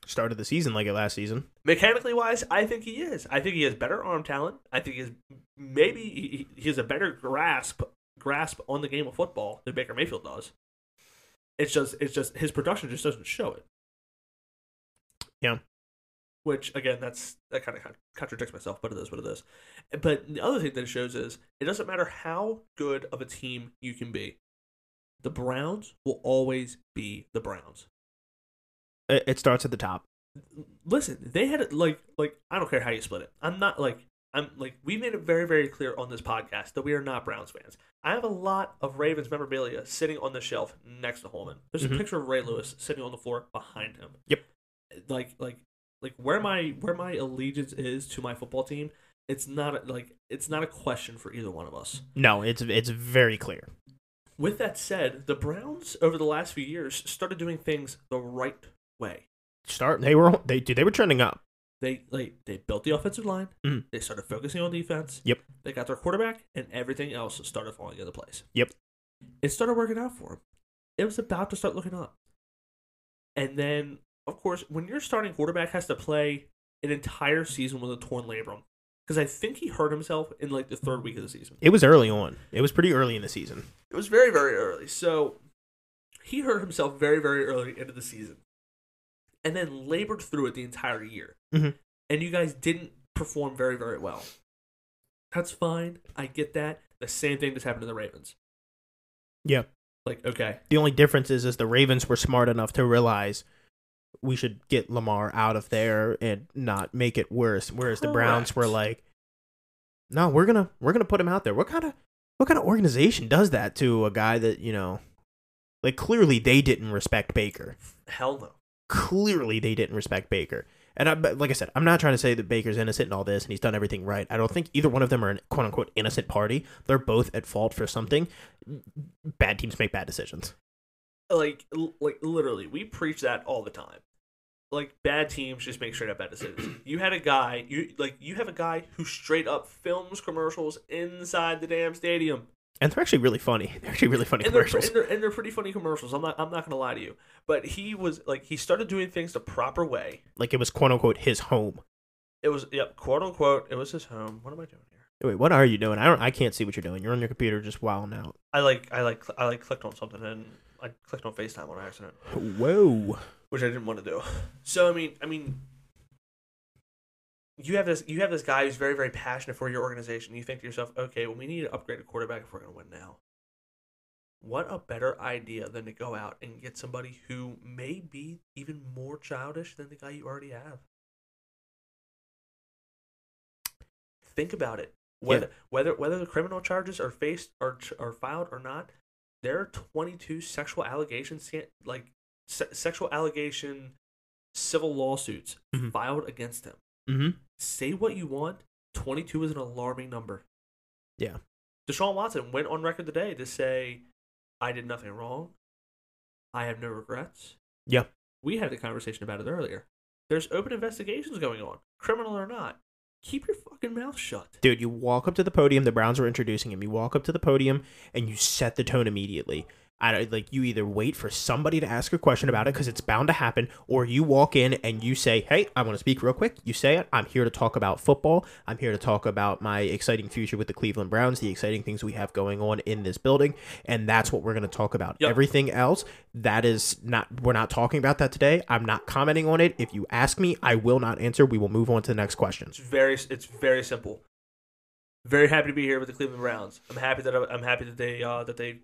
Started the season like it last season. Mechanically wise, I think he is. I think he has better arm talent. I think he has maybe he, he has a better grasp grasp on the game of football than Baker Mayfield does. It's just it's just his production just doesn't show it. Yeah. Which again, that's that kind of contradicts myself, but it is what it is. But the other thing that it shows is it doesn't matter how good of a team you can be. The Browns will always be the Browns It, it starts at the top. listen, they had it like like I don't care how you split it. I'm not like I'm like we made it very very clear on this podcast that we are not Browns fans. I have a lot of Ravens memorabilia sitting on the shelf next to Holman. There's a Mhm. picture of Ray Lewis sitting on the floor behind him. Yep. Like like like where my where my allegiance is to my football team, it's not a, like it's not a question for either one of us. No, it's it's very clear. With that said, the Browns over the last few years started doing things the right way. Start they were they dude, they were trending up. They like they built the offensive line. Mhm. They started focusing on defense. Yep. They got their quarterback, and everything else started falling into place. Yep. It started working out for them. It was about to start looking up. And then, of course, when your starting quarterback has to play an entire season with a torn labrum, because I think he hurt himself in like the third week of the season. It was early on. It was pretty early in the season. It was very, very early. So he hurt himself very, very early into the season and then labored through it the entire year. Mhm. And you guys didn't perform very, very well. That's fine. I get that. The same thing just happened to the Ravens. Yeah. Like, okay, The only difference is is the Ravens were smart enough to realize we should get Lamar out of there and not make it worse. Whereas the Browns were Correct. like, No, we're gonna we're gonna put him out there. What kind of what kind of organization does that to a guy that, you know like clearly they didn't respect Baker. hell no. Clearly they didn't respect Baker. And I, but like I said, I'm not trying to say that Baker's innocent and all this, and he's done everything right. I don't think either one of them are an quote unquote innocent party. They're both at fault for something. Bad teams make bad decisions. Like, l- like literally, we preach that all the time. Like, bad teams just make straight up bad <clears throat> decisions. you had a guy, you like, you have a guy who straight up films commercials inside the damn stadium. And they're actually really funny. <laughs> They're actually really funny and they're, commercials. and, they're, and they're pretty funny commercials. I'm not I'm not gonna lie to you, but he was like he started doing things the proper way. like it was quote unquote his home. It was yep, quote unquote. It was his home. What am I doing here? Wait, what are you doing? I don't. I can't see what you're doing. You're on your computer just wilding out. I like I like I like clicked on something and I clicked on Facetime on accident, Whoa. which I didn't want to do. So I mean I mean, you have this you have this guy who's very very passionate for your organization. You think to yourself, okay, well we need to upgrade a quarterback if we're gonna win now. What a better idea than to go out and get somebody who may be even more childish than the guy you already have. Think about it. Whether whether whether the criminal charges are faced or ch- are filed or not, there are 22 sexual allegations scan- like se- sexual allegation civil lawsuits Mhm. filed against him. Mm-hmm. Say what you want, 22 is an alarming number. Yeah. Deshaun Watson went on record today to say, I did nothing wrong. I have no regrets. Yeah. We had the conversation about it earlier. There's open investigations going on, criminal or not. Keep your fucking mouth shut. Dude, you walk up to the podium. The Browns are introducing him. You walk up to the podium and you set the tone immediately. I don't, like you either wait for somebody to ask a question about it because it's bound to happen, or you walk in and you say, "Hey, I want to speak real quick." You say it. I'm here to talk about football. I'm here to talk about my exciting future with the Cleveland Browns, the exciting things we have going on in this building, and that's what we're going to talk about. Yep. Everything else that is not we're not talking about that today. I'm not commenting on it. If you ask me, I will not answer. We will move on to the next question. It's very it's very simple. Very happy to be here with the Cleveland Browns. I'm happy that I- I'm happy that they uh, that they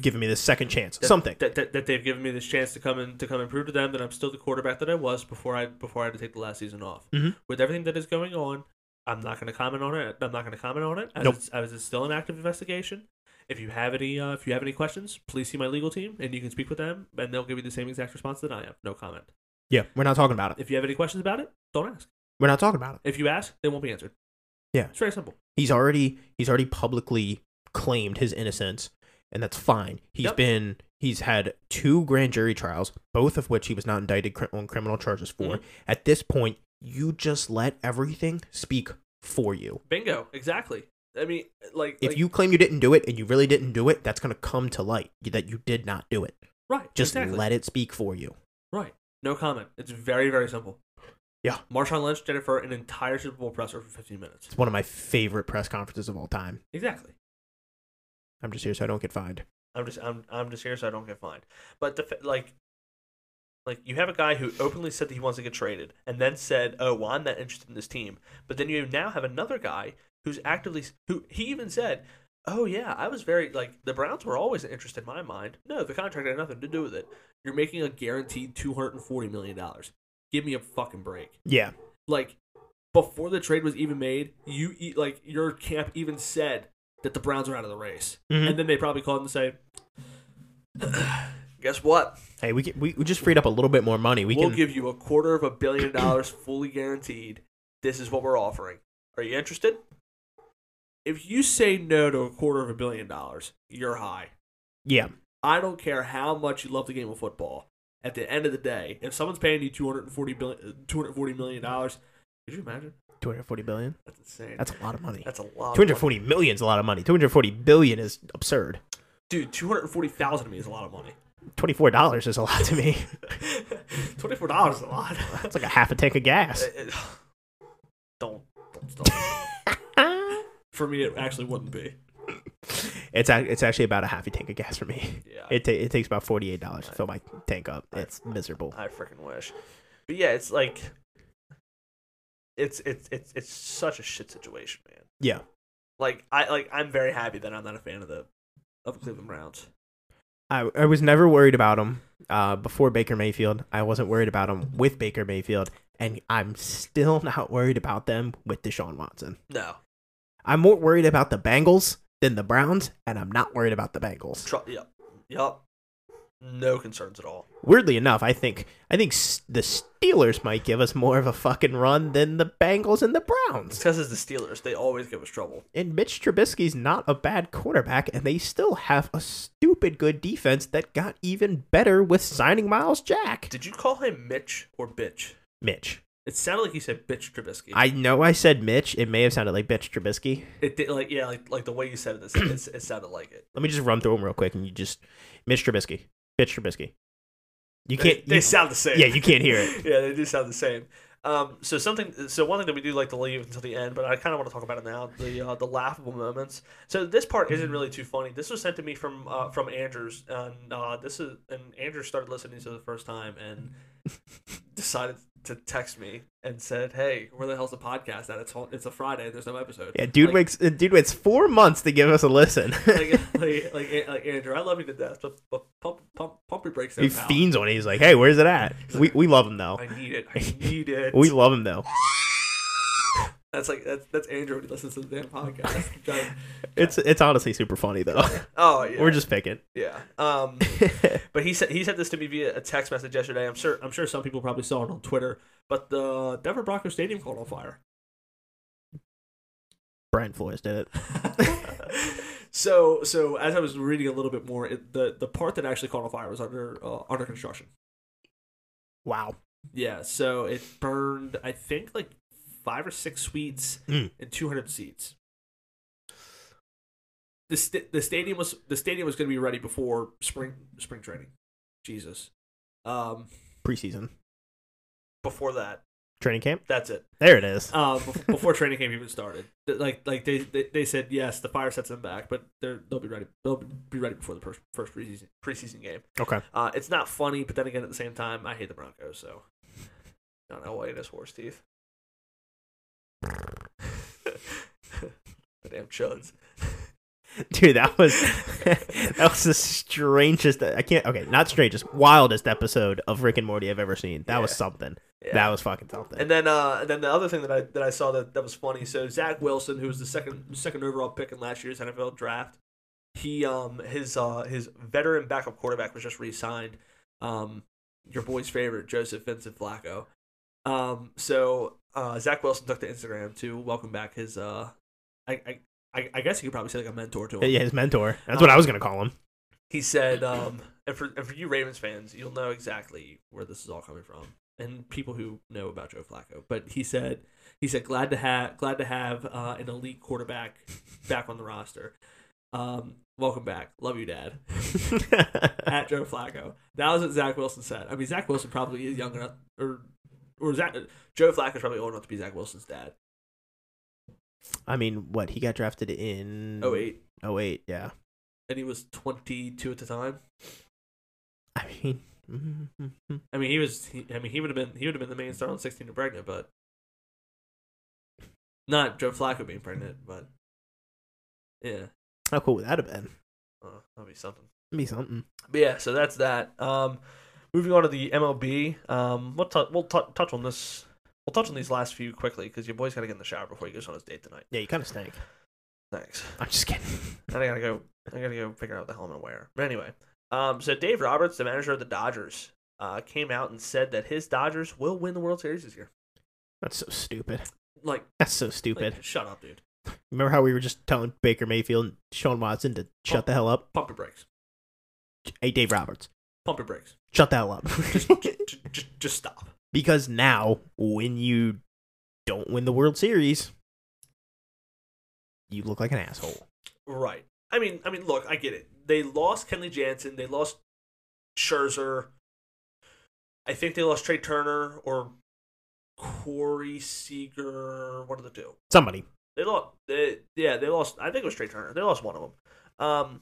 Giving me the second chance. that, Something. that, that, that they've given me this chance to come and to come and prove to them that I'm still the quarterback that I was before I before I had to take the last season off. Mhm. With everything that is going on, I'm not going to comment on it. I'm not going to comment on it. As Nope. it's, as it's still an active investigation. If you have any uh, if you have any questions, please see my legal team and you can speak with them and they'll give you the same exact response that I am. No comment. Yeah, we're not talking about it. If you have any questions about it, don't ask. We're not talking about it. If you ask, they won't be answered. Yeah. It's very simple. He's already he's already publicly claimed his innocence, and that's fine. He's Yep. been he's had two grand jury trials, both of which he was not indicted cri- on criminal charges for. Mm-hmm. At this point, you just let everything speak for you. Bingo. Exactly. I mean, like If like- you claim you didn't do it and you really didn't do it, that's going to come to light that you did not do it. right Just exactly. let it speak for you. Right. No comment. It's very, very simple. Yeah. Marshawn Lynch did it for an entire Super Bowl presser for 15 minutes. It's one of my favorite press conferences of all time. Exactly. I'm just here so I don't get fined. I'm just, I'm, I'm just here so I don't get fined. But the, fa- like, like you have a guy who openly said that he wants to get traded, and then said, "Oh, well, I'm not interested in this team." But then you now have another guy who's actively, who he even said, "Oh yeah, I was very like the Browns were always an interest in my mind. No, the contract had nothing to do with it. You're making a guaranteed 240 million dollars. Give me a fucking break." Yeah. like before the trade was even made, you e- like your camp even said that the Browns are out of the race, Mhm. and then they probably called and say, <sighs> "Guess what? Hey, we, can, we we just freed up a little bit more money. We We will can give you a quarter of a billion dollars <clears throat> fully guaranteed. This is what we're offering. Are you interested?" If you say no to a quarter of a billion dollars, you're high. yeah. I don't care how much you love the game of football. At the end of the day, if someone's paying you 240 billion, 240 million dollars, could you imagine? 240 billion. That's insane. That's a lot of money. That's a lot. of Two money. hundred forty million is a lot of money. Two hundred forty billion is absurd. Dude, 240,000 to me is a lot of money. <laughs> Twenty four dollars is a lot to me. <laughs> $24 is a lot. <laughs> That's like a half a tank of Uh, gas. <sighs> don't, don't stop. <laughs> For me, it actually wouldn't be. Ah. it's ac- it's actually about a half a tank of gas for me. Yeah. It ta- it takes about forty eight dollars to fill my tank up. It's miserable. I freaking wish. But yeah, it's like. It's, it's it's it's such a shit situation, man. Yeah. Like I like I'm very happy that I'm not a fan of the of Cleveland Browns. I I was never worried about him uh, before Baker Mayfield. I wasn't worried about him with Baker Mayfield, and I'm still <laughs> not worried about them with Deshaun Watson. No, I'm more worried about the Bengals than the Browns, and I'm not worried about the Bengals. Tru yep, yep, no concerns at all. Weirdly enough, I think I think s- the Steelers might give us more of a fucking run than the Bengals and the It's Browns. because it's the Steelers; they always give us trouble. And Mitch Trubisky's not a bad quarterback, and they still have a stupid good defense that got even better with signing Miles Jack. Did you call him Mitch or bitch? Mitch, It sounded like you said bitch Trubisky. I know I said Mitch. It may have sounded like Mitch Trubisky. It did like yeah, like like the way you said it, it, it, <clears throat> it sounded like it. Let me just run through them real quick, and you just Mitch Trubisky, Mitch Trubisky. You They, can't. they you- sound the same. yeah, you can't hear <laughs> it. yeah, they do sound the same. Um, so something, so one thing that we do like to leave until the end, but I kind of want to talk about it now. The uh, the laughable moments. So this part isn't Mm-hmm. really too funny. This was sent to me from uh, from Andrews, and uh, this is and Andrews started listening to it the first time <laughs> and decided to text me and said, "Hey, where the hell's the podcast at? It's on- it's a Friday. There's no episode." Yeah, dude Like- waits. Dude waits four months to give us a listen. like, like, like, like Andrew, I love you to death, but, but pump, pump, pump your brakes there, He pal. fiends on it. He's like, hey, where's it at? We, we love him though. I need <laughs> it. I need it. We love <laughs> him though. that's like that's, that's Andrew when he listens to the damn <laughs> podcast. Drive- It's it's honestly super funny though. oh yeah, <laughs> We're just picking. yeah. <laughs> Um, but he said he sent this to me via a text message yesterday. I'm sure I'm sure some people probably saw it on Twitter. But the Denver Broncos stadium caught on <laughs> fire. Brian Flores did it. so so as I was reading a little bit more, it, the the part that actually caught on fire was under uh, under construction. Wow. Yeah, so it burned, I think, like five or six suites Mm. and 200 seats. The, st- the stadium was the stadium was going to be ready before spring spring training. Jesus, um, Preseason before that, training camp. that's it. There it is. Um, <laughs> bef- before training camp even started, Th- like like they, they, they said yes, the fire sets them back, but they're they'll be ready they'll be ready before the first first preseason preseason game. Okay. <laughs> <laughs> Uh, it's not funny, but then again, at the same time, I hate the Broncos, so not LA and his horse teeth. <laughs> the damn chuds. Dude, that was <laughs> that was the strangest. I can't. Okay, not strangest, wildest episode of Rick and Morty I've ever seen. That was Yeah. something. Yeah. That was fucking something. and then, uh, and then the other thing that I that I saw that, that was funny. So Zach Wilson, who was the second second overall pick in last year's NFL draft, he um his uh his veteran backup quarterback was just re-signed. Um, your boy's favorite, Joseph Vincent Flacco. Um, so uh, Zach Wilson took to Instagram to welcome back his uh, I I- I, I guess you could probably say like a mentor to him. yeah, his mentor. That's what I was gonna call him. He said, um, and for and for you Ravens fans, you'll know exactly where this is all coming from, and people who know about Joe Flacco. But he said, he said, glad to have glad to have uh, an elite quarterback back on the roster. Um, welcome back, love you, Dad. <laughs> At Joe Flacco, that was what Zach Wilson said. I mean, Zach Wilson probably is young enough, or or Zach Joe Flacco's probably old enough to be Zach Wilson's dad. <laughs> I mean, what he got drafted in? Oh eight, Oh eight. Yeah. and he was twenty two at the time. I mean, <laughs> mm, mm, mm. I mean, he was. He, I mean, he would have been. He would have been the main star on sixteen and pregnant, but not Joe Flacco being pregnant. But yeah, how cool would that have been? uh, that'd be something. Be something. But yeah, so that's that. Um, moving on to the MLB. Um, we'll tou- we'll tou- touch on this. We'll touch on these last few quickly because your boy's gotta get in the shower before he goes on his date tonight. Yeah, you kind of stank. Thanks. I'm just kidding. <laughs> And I gotta go. I gotta go figure out what the hell I'm gonna wear. But anyway, um, so Dave Roberts, the manager of the Dodgers, uh, came out and said that his Dodgers will win the World Series this year. That's so stupid. Like, That's so like stupid. shut up, dude. Remember how we were just telling Baker Mayfield and Sean Watson to shut the hell up? pump your brakes. Hey, Dave Roberts, Pump your brakes. shut the <laughs> hell up. Just, just, just, just stop. because now, when you don't win the World Series, you look like an asshole. Right. I mean, I mean, look, I get it. They lost Kenley Jansen. They lost Scherzer. I think they lost Trey Turner or Corey Seager. What are the two? Somebody. They lost. They, yeah, they lost. I think it was Trey Turner. They lost one of them. Um,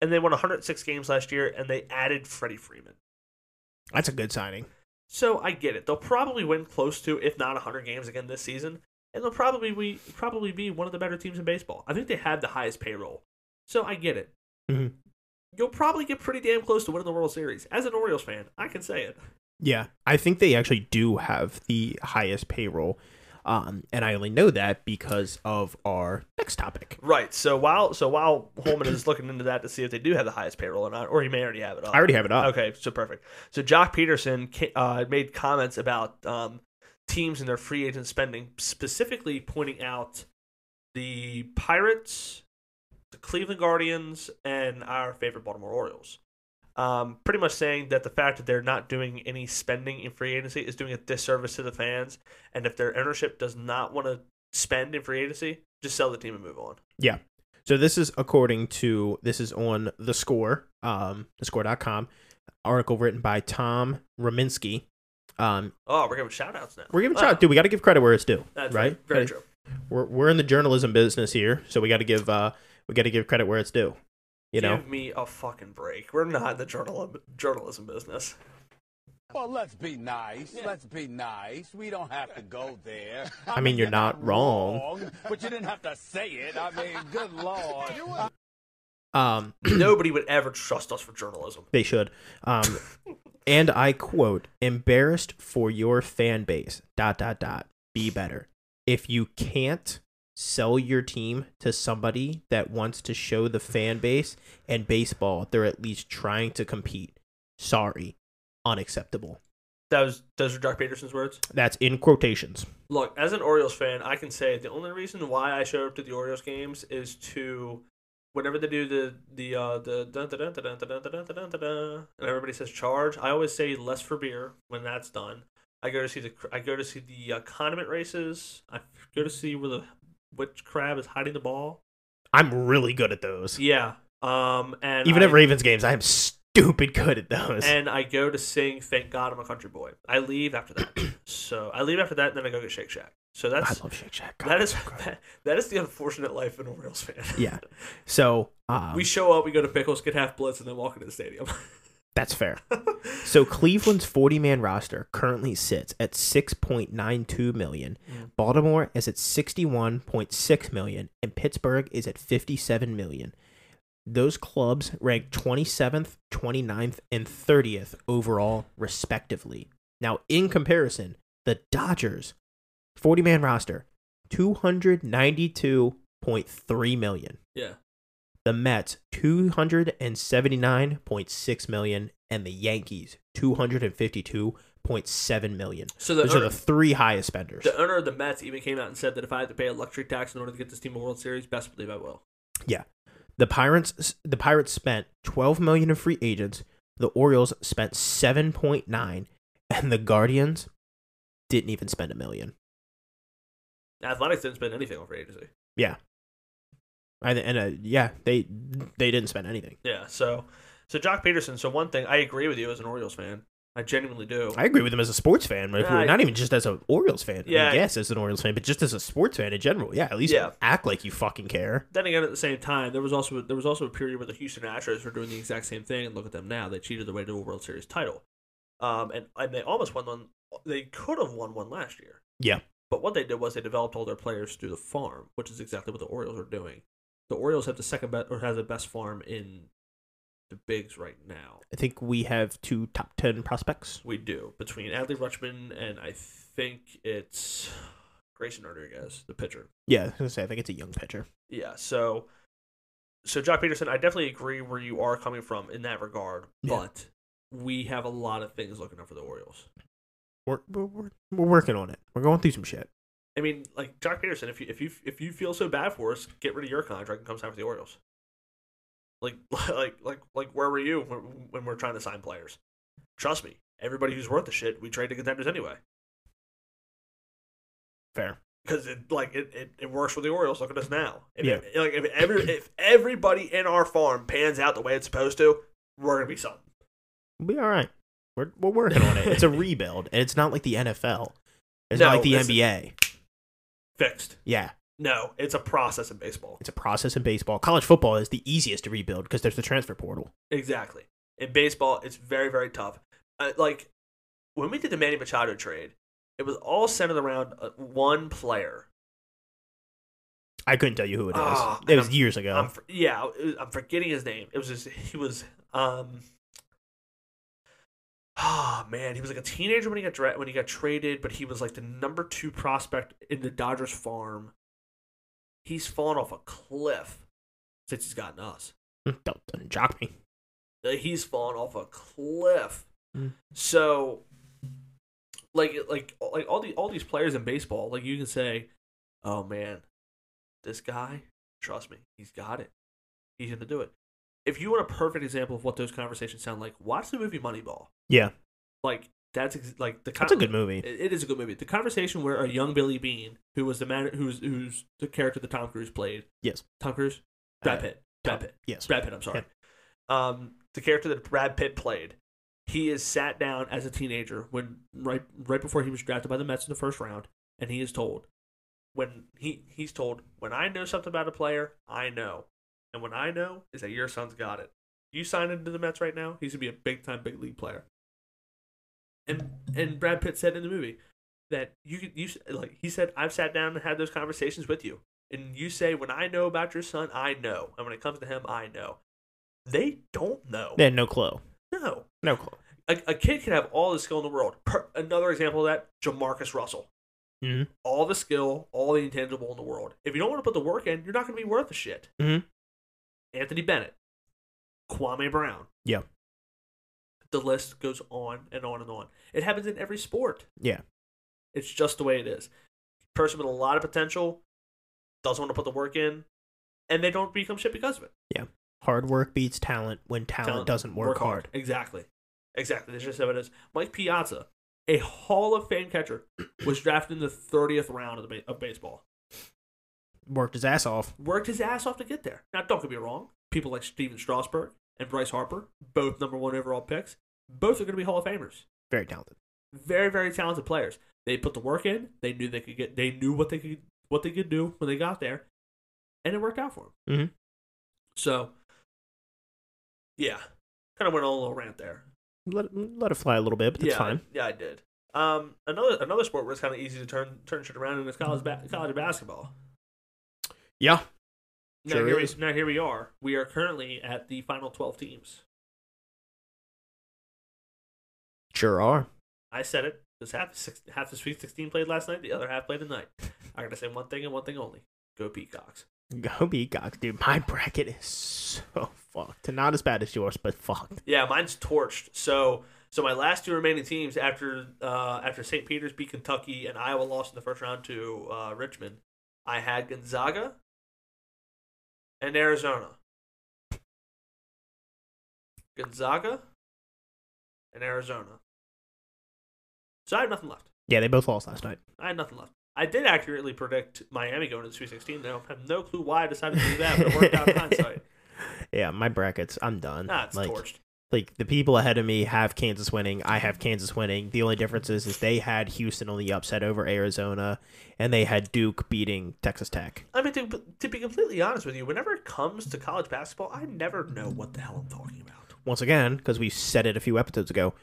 and they won 106 games last year, and they added Freddie Freeman. That's a good signing. So I get it. They'll probably win close to, if not 100 games again this season, and they'll probably be, probably be one of the better teams in baseball. I think they have the highest payroll. So I get it. Mhm. You'll probably get pretty damn close to winning the World Series. As an Orioles fan, I can say it. Yeah, I think they actually do have the highest payroll. Um, and I only know that because of our next topic. Right. So while so while Holman is looking into that to see if they do have the highest payroll or not, or he may already have it up. I already have it up. Okay, so perfect. So Jock Peterson ca- uh, made comments about um, teams and their free agent spending, specifically pointing out the Pirates, the Cleveland Guardians, and our favorite Baltimore Orioles. Um, pretty much saying that the fact that they're not doing any spending in free agency is doing a disservice to the fans, and if their ownership does not want to spend in free agency, just sell the team and move on. So this is according to this is on the score, um, thescore.com, article written by Tom Rominsky. Um, Oh, we're giving shout outs now. we're giving Wow. shout, dude. We got to give credit where it's due, That's right? Very Gotta- true. We're we're in the journalism business here, so we got to give uh we got to give credit where it's due. You know, Give me a fucking break. We're not in the journal- journalism business. <clears throat> Well, let's be nice. Let's be nice. We don't have to go there. I, mean, you're not wrong. but you didn't have to say it. I mean, good lord. um, Nobody would ever trust us for journalism. they should. <laughs> Um, and I quote: "Embarrassed for your fan base. Dot dot dot. Be better. If you can't sell your team to somebody that wants to show the fan base and baseball, they're at least trying to compete. Sorry, unacceptable. That was those are Jock Peterson's words. That's in quotations. Look, as an Orioles fan, I can say the only reason why I show up to the Orioles games is to whenever they do the the uh the dun dun dun dun dun dun dun dun dun dun dun, and everybody says charge, I always say less for beer when that's done. I go to see the cr- I go to see the uh, condiment races. I go to see where the which crab is hiding the ball. I'm really good at those. Yeah. Um. And Even I, at Ravens games, I am stupid good at those. and I go to sing "Thank God I'm a Country Boy." I leave after <clears throat> that. so I leave after that, and then I go get Shake Shack. So I that's love Shake Shack. God, that it's is so good. that, <laughs> that is the unfortunate life of a Royals fan. yeah. So <laughs> um, we show up, we go to Pickles, get half blitz, and then walk into the stadium. <laughs> that's fair. So Cleveland's 40-man roster currently sits at 6.92 million. Baltimore is at 61.6 million, and Pittsburgh is at 57 million. Those clubs rank 27th, 29th, and 30th overall, respectively. Now, in comparison, the Dodgers, 40 man roster, 292.3 million. yeah. The Mets, 279.6 million. And the Yankees, 252.7 million. So the Those are ear- the three highest spenders. The owner of the Mets even came out and said that if I had to pay a luxury tax in order to get this team a World Series, best believe I will. Yeah. The Pirates the Pirates spent 12 million in free agents. The Orioles spent 7.9 and the Guardians didn't even spend a million. Athletics didn't spend anything on free agency. Yeah. I, and uh, yeah, they they didn't spend anything. Yeah, so so Jock Peterson. So one thing I agree with you as an Orioles fan, I genuinely do. I agree with them as a sports fan, but if we I- were not even just as an Orioles fan. Yeah. I guess as an Orioles fan, but just as a sports fan in general. Yeah, at least Yeah. act like you fucking care. then again, at the same time, there was also there was also a period where the Houston Astros were doing the exact same thing, and look at them now. They cheated their way to a World Series title, um, and and they almost won one. They could have won one last year. Yeah. But what they did was they developed all their players through the farm, which is exactly what the Orioles are doing. The Orioles have the second best or has the best farm in the bigs right now. I think we have two top 10 prospects. We do between Adley Rutschman and I think it's Grayson Rodriguez, the pitcher. Yeah, I was going to say I think it's a young pitcher. Yeah, so so Jock Peterson, I definitely agree where you are coming from in that regard, Yeah. but we have a lot of things looking up for the Orioles. We're, we're, we're, we're working on it. We're going through some shit. I mean, like Jock Peterson, if you if you if you feel so bad for us, get rid of your contract and come sign for the Orioles. Like <laughs> like like like where were you when, when we're trying to sign players? Trust me, everybody who's worth the shit, we trade to contenders anyway. Fair. because it like it, it, it works for the Orioles. Look at us now. If, Yeah. Like if every if everybody in our farm pans out the way it's supposed to, we're gonna be something. We'll be all right. We're, we're working on it. <laughs> It's a rebuild, and it's not like the NFL. It's No, not like the it's- NBA. Fixed. Yeah, No, it's a process in baseball. it's a process in baseball. College football is the easiest to rebuild because there's the transfer portal. Exactly. In baseball, it's very very tough. Uh, like when we did the Manny Machado trade, it was all centered around uh, one player. I couldn't tell you who it is. Ah, it was I'm- years ago. I'm for, yeah, it was- I'm forgetting his name. It was just, he was um <sighs> Oh man, he was like a teenager when he got dra- when he got traded, but he was like the number 2 prospect in the Dodgers farm. He's fallen off a cliff since he's gotten us. Hmm, don't, don't jock me. Uh, He's fallen off a cliff. Mm. So like like like all the all these players in baseball, like you can say, "Oh man, this guy, trust me, he's got it. He's going to do it." If you want a perfect example of what those conversations sound like, watch the movie Moneyball. Yeah, Like that's ex- like the that's a good movie. It, it is a good movie. The conversation where a young Billy Bean, who was the man, who's who's the character that Tom Cruise played, yes, Tom Cruise, Brad Uh, Pitt, Brad Tom- Pitt, yes. Brad Pitt. I'm sorry. Um, the character that Brad Pitt played, he is sat down as a teenager when right right before he was drafted by the Mets in the first round, and he is told when he he's told when I know something about a player, I know, and when I know is that your son's got it. You sign into the Mets right now, he's gonna be a big time big league player. And and Brad Pitt said in the movie that you could you s- like he said I've sat down and had those conversations with you and you say, when I know about your son, I know. And when it comes to him, I know. They don't know. They had no clue. No. No clue. A, a kid can have all the skill in the world. Per, another example of that, Jamarcus Russell. Mhm. All the skill, all the intangible in the world. If you don't want to put the work in, you're not going to be worth a shit. Mhm. Anthony Bennett, Kwame Brown. Yeah. The list goes on and on and on. It happens in every sport. Yeah, It's just the way it is. Person with a lot of potential doesn't want to put the work in, and they don't become shit because of it. hard work beats talent when talent, doesn't work, hard. Exactly. Exactly. That's just how it is. Mike Piazza, a Hall of Fame <clears throat> catcher was drafted in the 30th round of, the ba- of baseball. Worked his ass off. Worked his ass off to get there. Now, don't get me wrong. People like Steven Strasburg and Bryce Harper, both number one overall picks, both are going to be Hall of Famers. Very talented. Very, very talented players. They put the work in. They knew they could get. They knew what they could what they could do when they got there, and it worked out for them. Mhm. So, yeah, kind of went on a little rant there. Let let it fly a little bit, but that's yeah, fine. Yeah, I did. Um, another another sport where it's kind of easy to turn turn shit around in is college ba- college basketball. Yeah. Now, Sure here we, is. now here we are. We are currently at the final twelve teams. Sure are. I said it because half the six, half the Sweet Sixteen played last night. The other half played tonight. I gotta say one thing and one thing only. Go Peacocks. Go Peacocks, dude. My bracket is so <laughs> fucked. Not as bad as yours, but fucked. Yeah, mine's torched. So so my last two remaining teams after uh, after St. Peter's beat Kentucky and Iowa lost in the first round to uh, Richmond, I had Gonzaga and Arizona. Gonzaga and Arizona. So I have nothing left. Yeah, they both lost last night. I had nothing left. I did accurately predict Miami going to the Sweet 16. though. I have no clue why I decided to do that, but it worked out in hindsight. Yeah, my brackets, I'm done. Nah, it's like, torched. like the people ahead of me have Kansas winning. I have Kansas winning. The only difference is, is they had Houston on the upset over Arizona, and they had Duke beating Texas Tech. I mean, to, to be completely honest with you, whenever it comes to college basketball, I never know what the hell I'm talking about. Once again, because we said it a few episodes ago,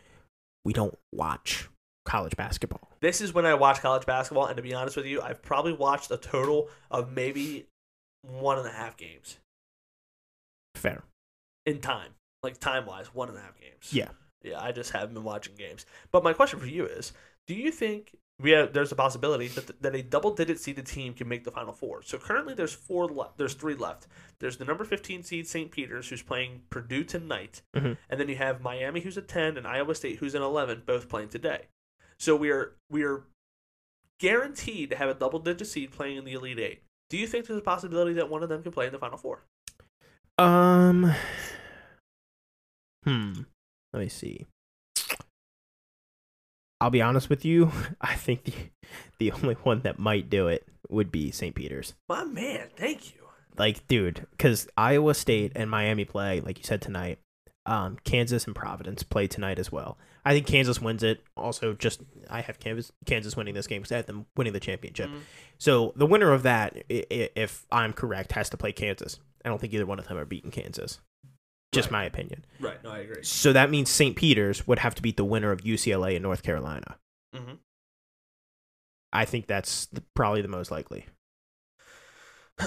we don't watch college basketball. This is when I watch college basketball, and to be honest with you, I've probably watched a total of maybe one and a half games Fair. in time, like time wise, one and a half games. Yeah. yeah. I just haven't been watching games. But my question for you is: Do you think we have, there's a possibility that that a double digit seeded team can make the final four? So currently, there's four left. There's three left. There's the number 15 seed St. Peter's, who's playing Purdue tonight. Mhm. and then you have Miami who's at 10 and Iowa State who's at 11 both playing today. So we are we are guaranteed to have a double digit seed playing in the Elite 8. Do you think there's a possibility that one of them can play in the final four? Um. Hmm. Let me see. I'll be honest with you. <laughs> I think the the only one that might do it would be St. Peter's. My man, thank you. Like, dude, because Iowa State and Miami play, like you said tonight. Um, Kansas and Providence play tonight as well. I think Kansas wins it. Also, just I have Kansas Kansas winning this game because I had them winning the championship. Mhm. So the winner of that, i- i- if I'm correct, has to play Kansas. I don't think either one of them are beating Kansas. Just Right. my opinion. Right, no, I agree. So that means St. Peter's would have to beat the winner of UCLA and North Carolina. hmm I think that's the, probably the most likely. <clears throat> and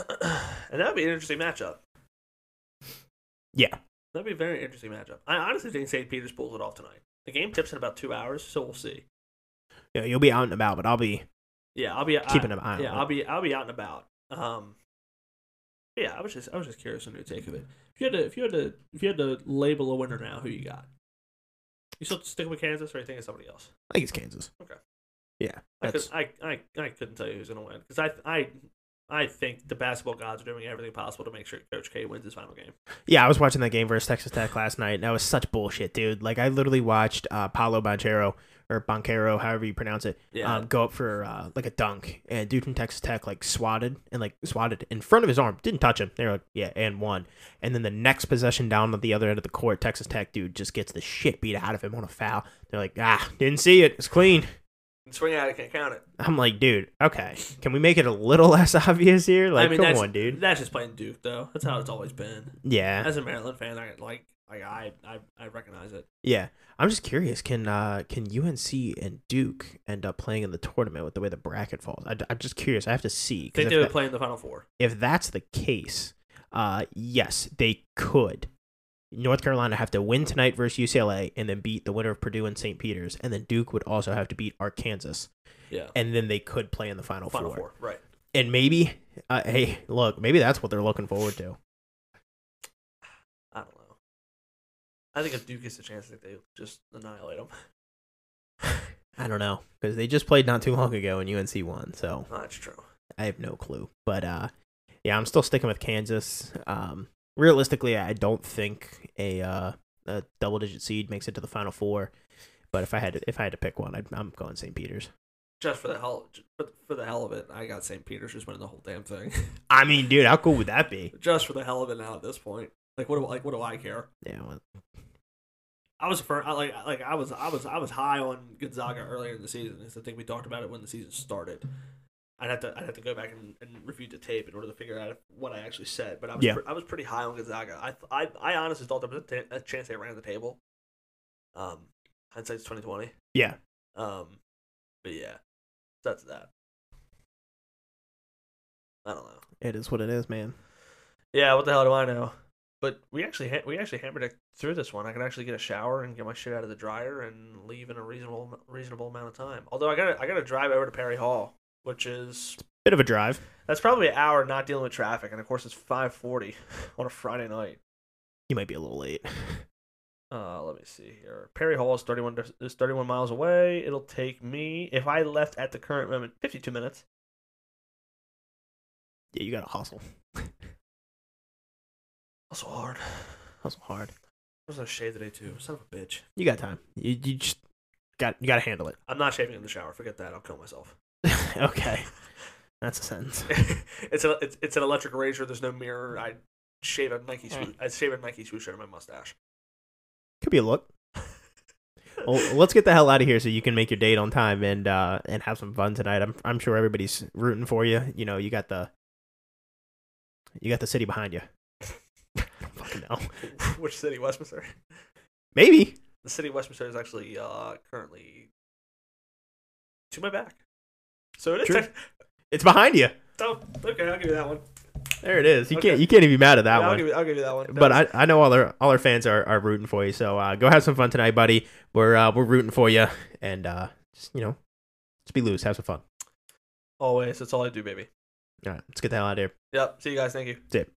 that would be an interesting matchup. Yeah. That'd be a very interesting matchup. I honestly think St. Peter's pulls it off tonight. The game tips in about two hours, so we'll see. You will be out and about, but I'll be Yeah, I'll be keeping an eye on yeah, it. I'll be I'll be out and about. Um, yeah, I was just I was just curious on your take of it. If you had to if you had to if you had to label a winner now, who you got? You still stick with Kansas, or you think it's somebody else? I think it's Kansas. Okay. Yeah. I, could, That's, I I I couldn't tell you who's gonna win because I I I think the basketball gods are doing everything possible to make sure Coach K wins his final game. yeah, I was watching that game versus Texas Tech last night, and that was such bullshit, dude. Like, I literally watched uh, Paolo Banchero, or Banquero, however you pronounce it, Yeah. um, go up for uh, like a dunk, and a dude from Texas Tech like swatted and like swatted in front of his arm, didn't touch him. They were like, yeah, and one. And then the next possession down at the other end of the court, Texas Tech dude just gets the shit beat out of him on a foul. They're like, ah, didn't see it. It's clean. Swing out, I can't count it. I'm like, dude, okay, can we make it a little <laughs> less obvious here? Like, I mean, come that's, on, dude. That's just playing Duke though. That's how it's always been. Yeah, As a Maryland fan, I like like I I, I recognize it. yeah. I'm just curious. Can uh can UNC and Duke end up playing in the tournament with the way the bracket falls? I, am just curious. I have to see. 'cause Think if they would that- play in the final four. if that's the case, uh, yes, they could. North Carolina have to win tonight versus UCLA and then beat the winner of Purdue and St. Peter's, and then Duke would also have to beat Arkansas, Yeah. and then they could play in the Final, Final four. four. Right. And maybe, uh, hey, look, maybe that's what they're looking forward to. I don't know. I think if Duke gets a chance, I think they just annihilate them. I don't know because they just played not too long ago and UNC won, so <laughs> That's true. I have no clue. But uh, yeah, I'm still sticking with Kansas. Um, realistically, I don't think a uh, a double digit seed makes it to the Final Four. But if I had to, if I had to pick one, I'd, I'm going St. Peter's. Just for the hell, for- for the hell of it, I got St. Peter's just winning the whole damn thing. <laughs> I mean, dude, how cool would that be? just for the hell of it now at this point. Like what do like what do I care? Yeah, well, I was for I, like like I was I was I was high on Gonzaga earlier in the season. 'cause I think we talked about it when the season started. I'd have to I'd have to go back and, and review the tape in order to figure out what I actually said. But I was Yeah. pre- I was pretty high on Gonzaga. I th- I, I honestly thought there was a, ta- a chance they ran the table. Um, hindsight's twenty twenty. yeah. Um, but yeah, that's that. I don't know. It is what it is, man. Yeah, what the hell do I know? But we actually ha- we actually hammered it through this one. I could actually get a shower and get my shit out of the dryer and leave in a reasonable reasonable amount of time. Although I gotta I gotta drive over to Perry Hall, which is Bit of a drive. that's probably an hour not dealing with traffic, and of course it's five forty <laughs> on a Friday night. You might be a little late. <laughs> Uh, let me see here. Perry Hall is thirty one is thirty one miles away. It'll take me if I left at the current moment fifty two minutes. Yeah, you got to hustle. That's so hard. <sighs> Hustle hard. I was gonna shave today too. Son of a bitch. You got time. You, you just got you got to handle it. <laughs> I'm not shaving in the shower. Forget that. I'll kill myself. okay, that's a sentence. <laughs> it's a it's, it's an electric razor. There's no mirror. I shave a Nike swoosh. I shave a Nike swoosh out of my mustache. Could be a look. <laughs> well, let's get the hell out of here so you can make your date on time and uh, and have some fun tonight. I'm I'm sure everybody's rooting for you. You know, you got the you got the city behind you. <laughs> I don't fucking know. <laughs> Which city? Westminster. Maybe. The city of Westminster is actually uh, currently to my back. So it is. True. tech- It's behind you. oh, okay, I'll give you that one. There it is. You can't Okay. you can't even be mad at that Yeah, I'll one. give you, I'll give you that one. That but was- I, I know all our all our fans are, are rooting for you. So uh, go have some fun tonight, buddy. We're uh, we're rooting for you, and uh, just you know, just be loose, have some fun. always. That's all I do, baby. All right, let's get the hell out of here. Yep. See you guys. Thank you. That's it.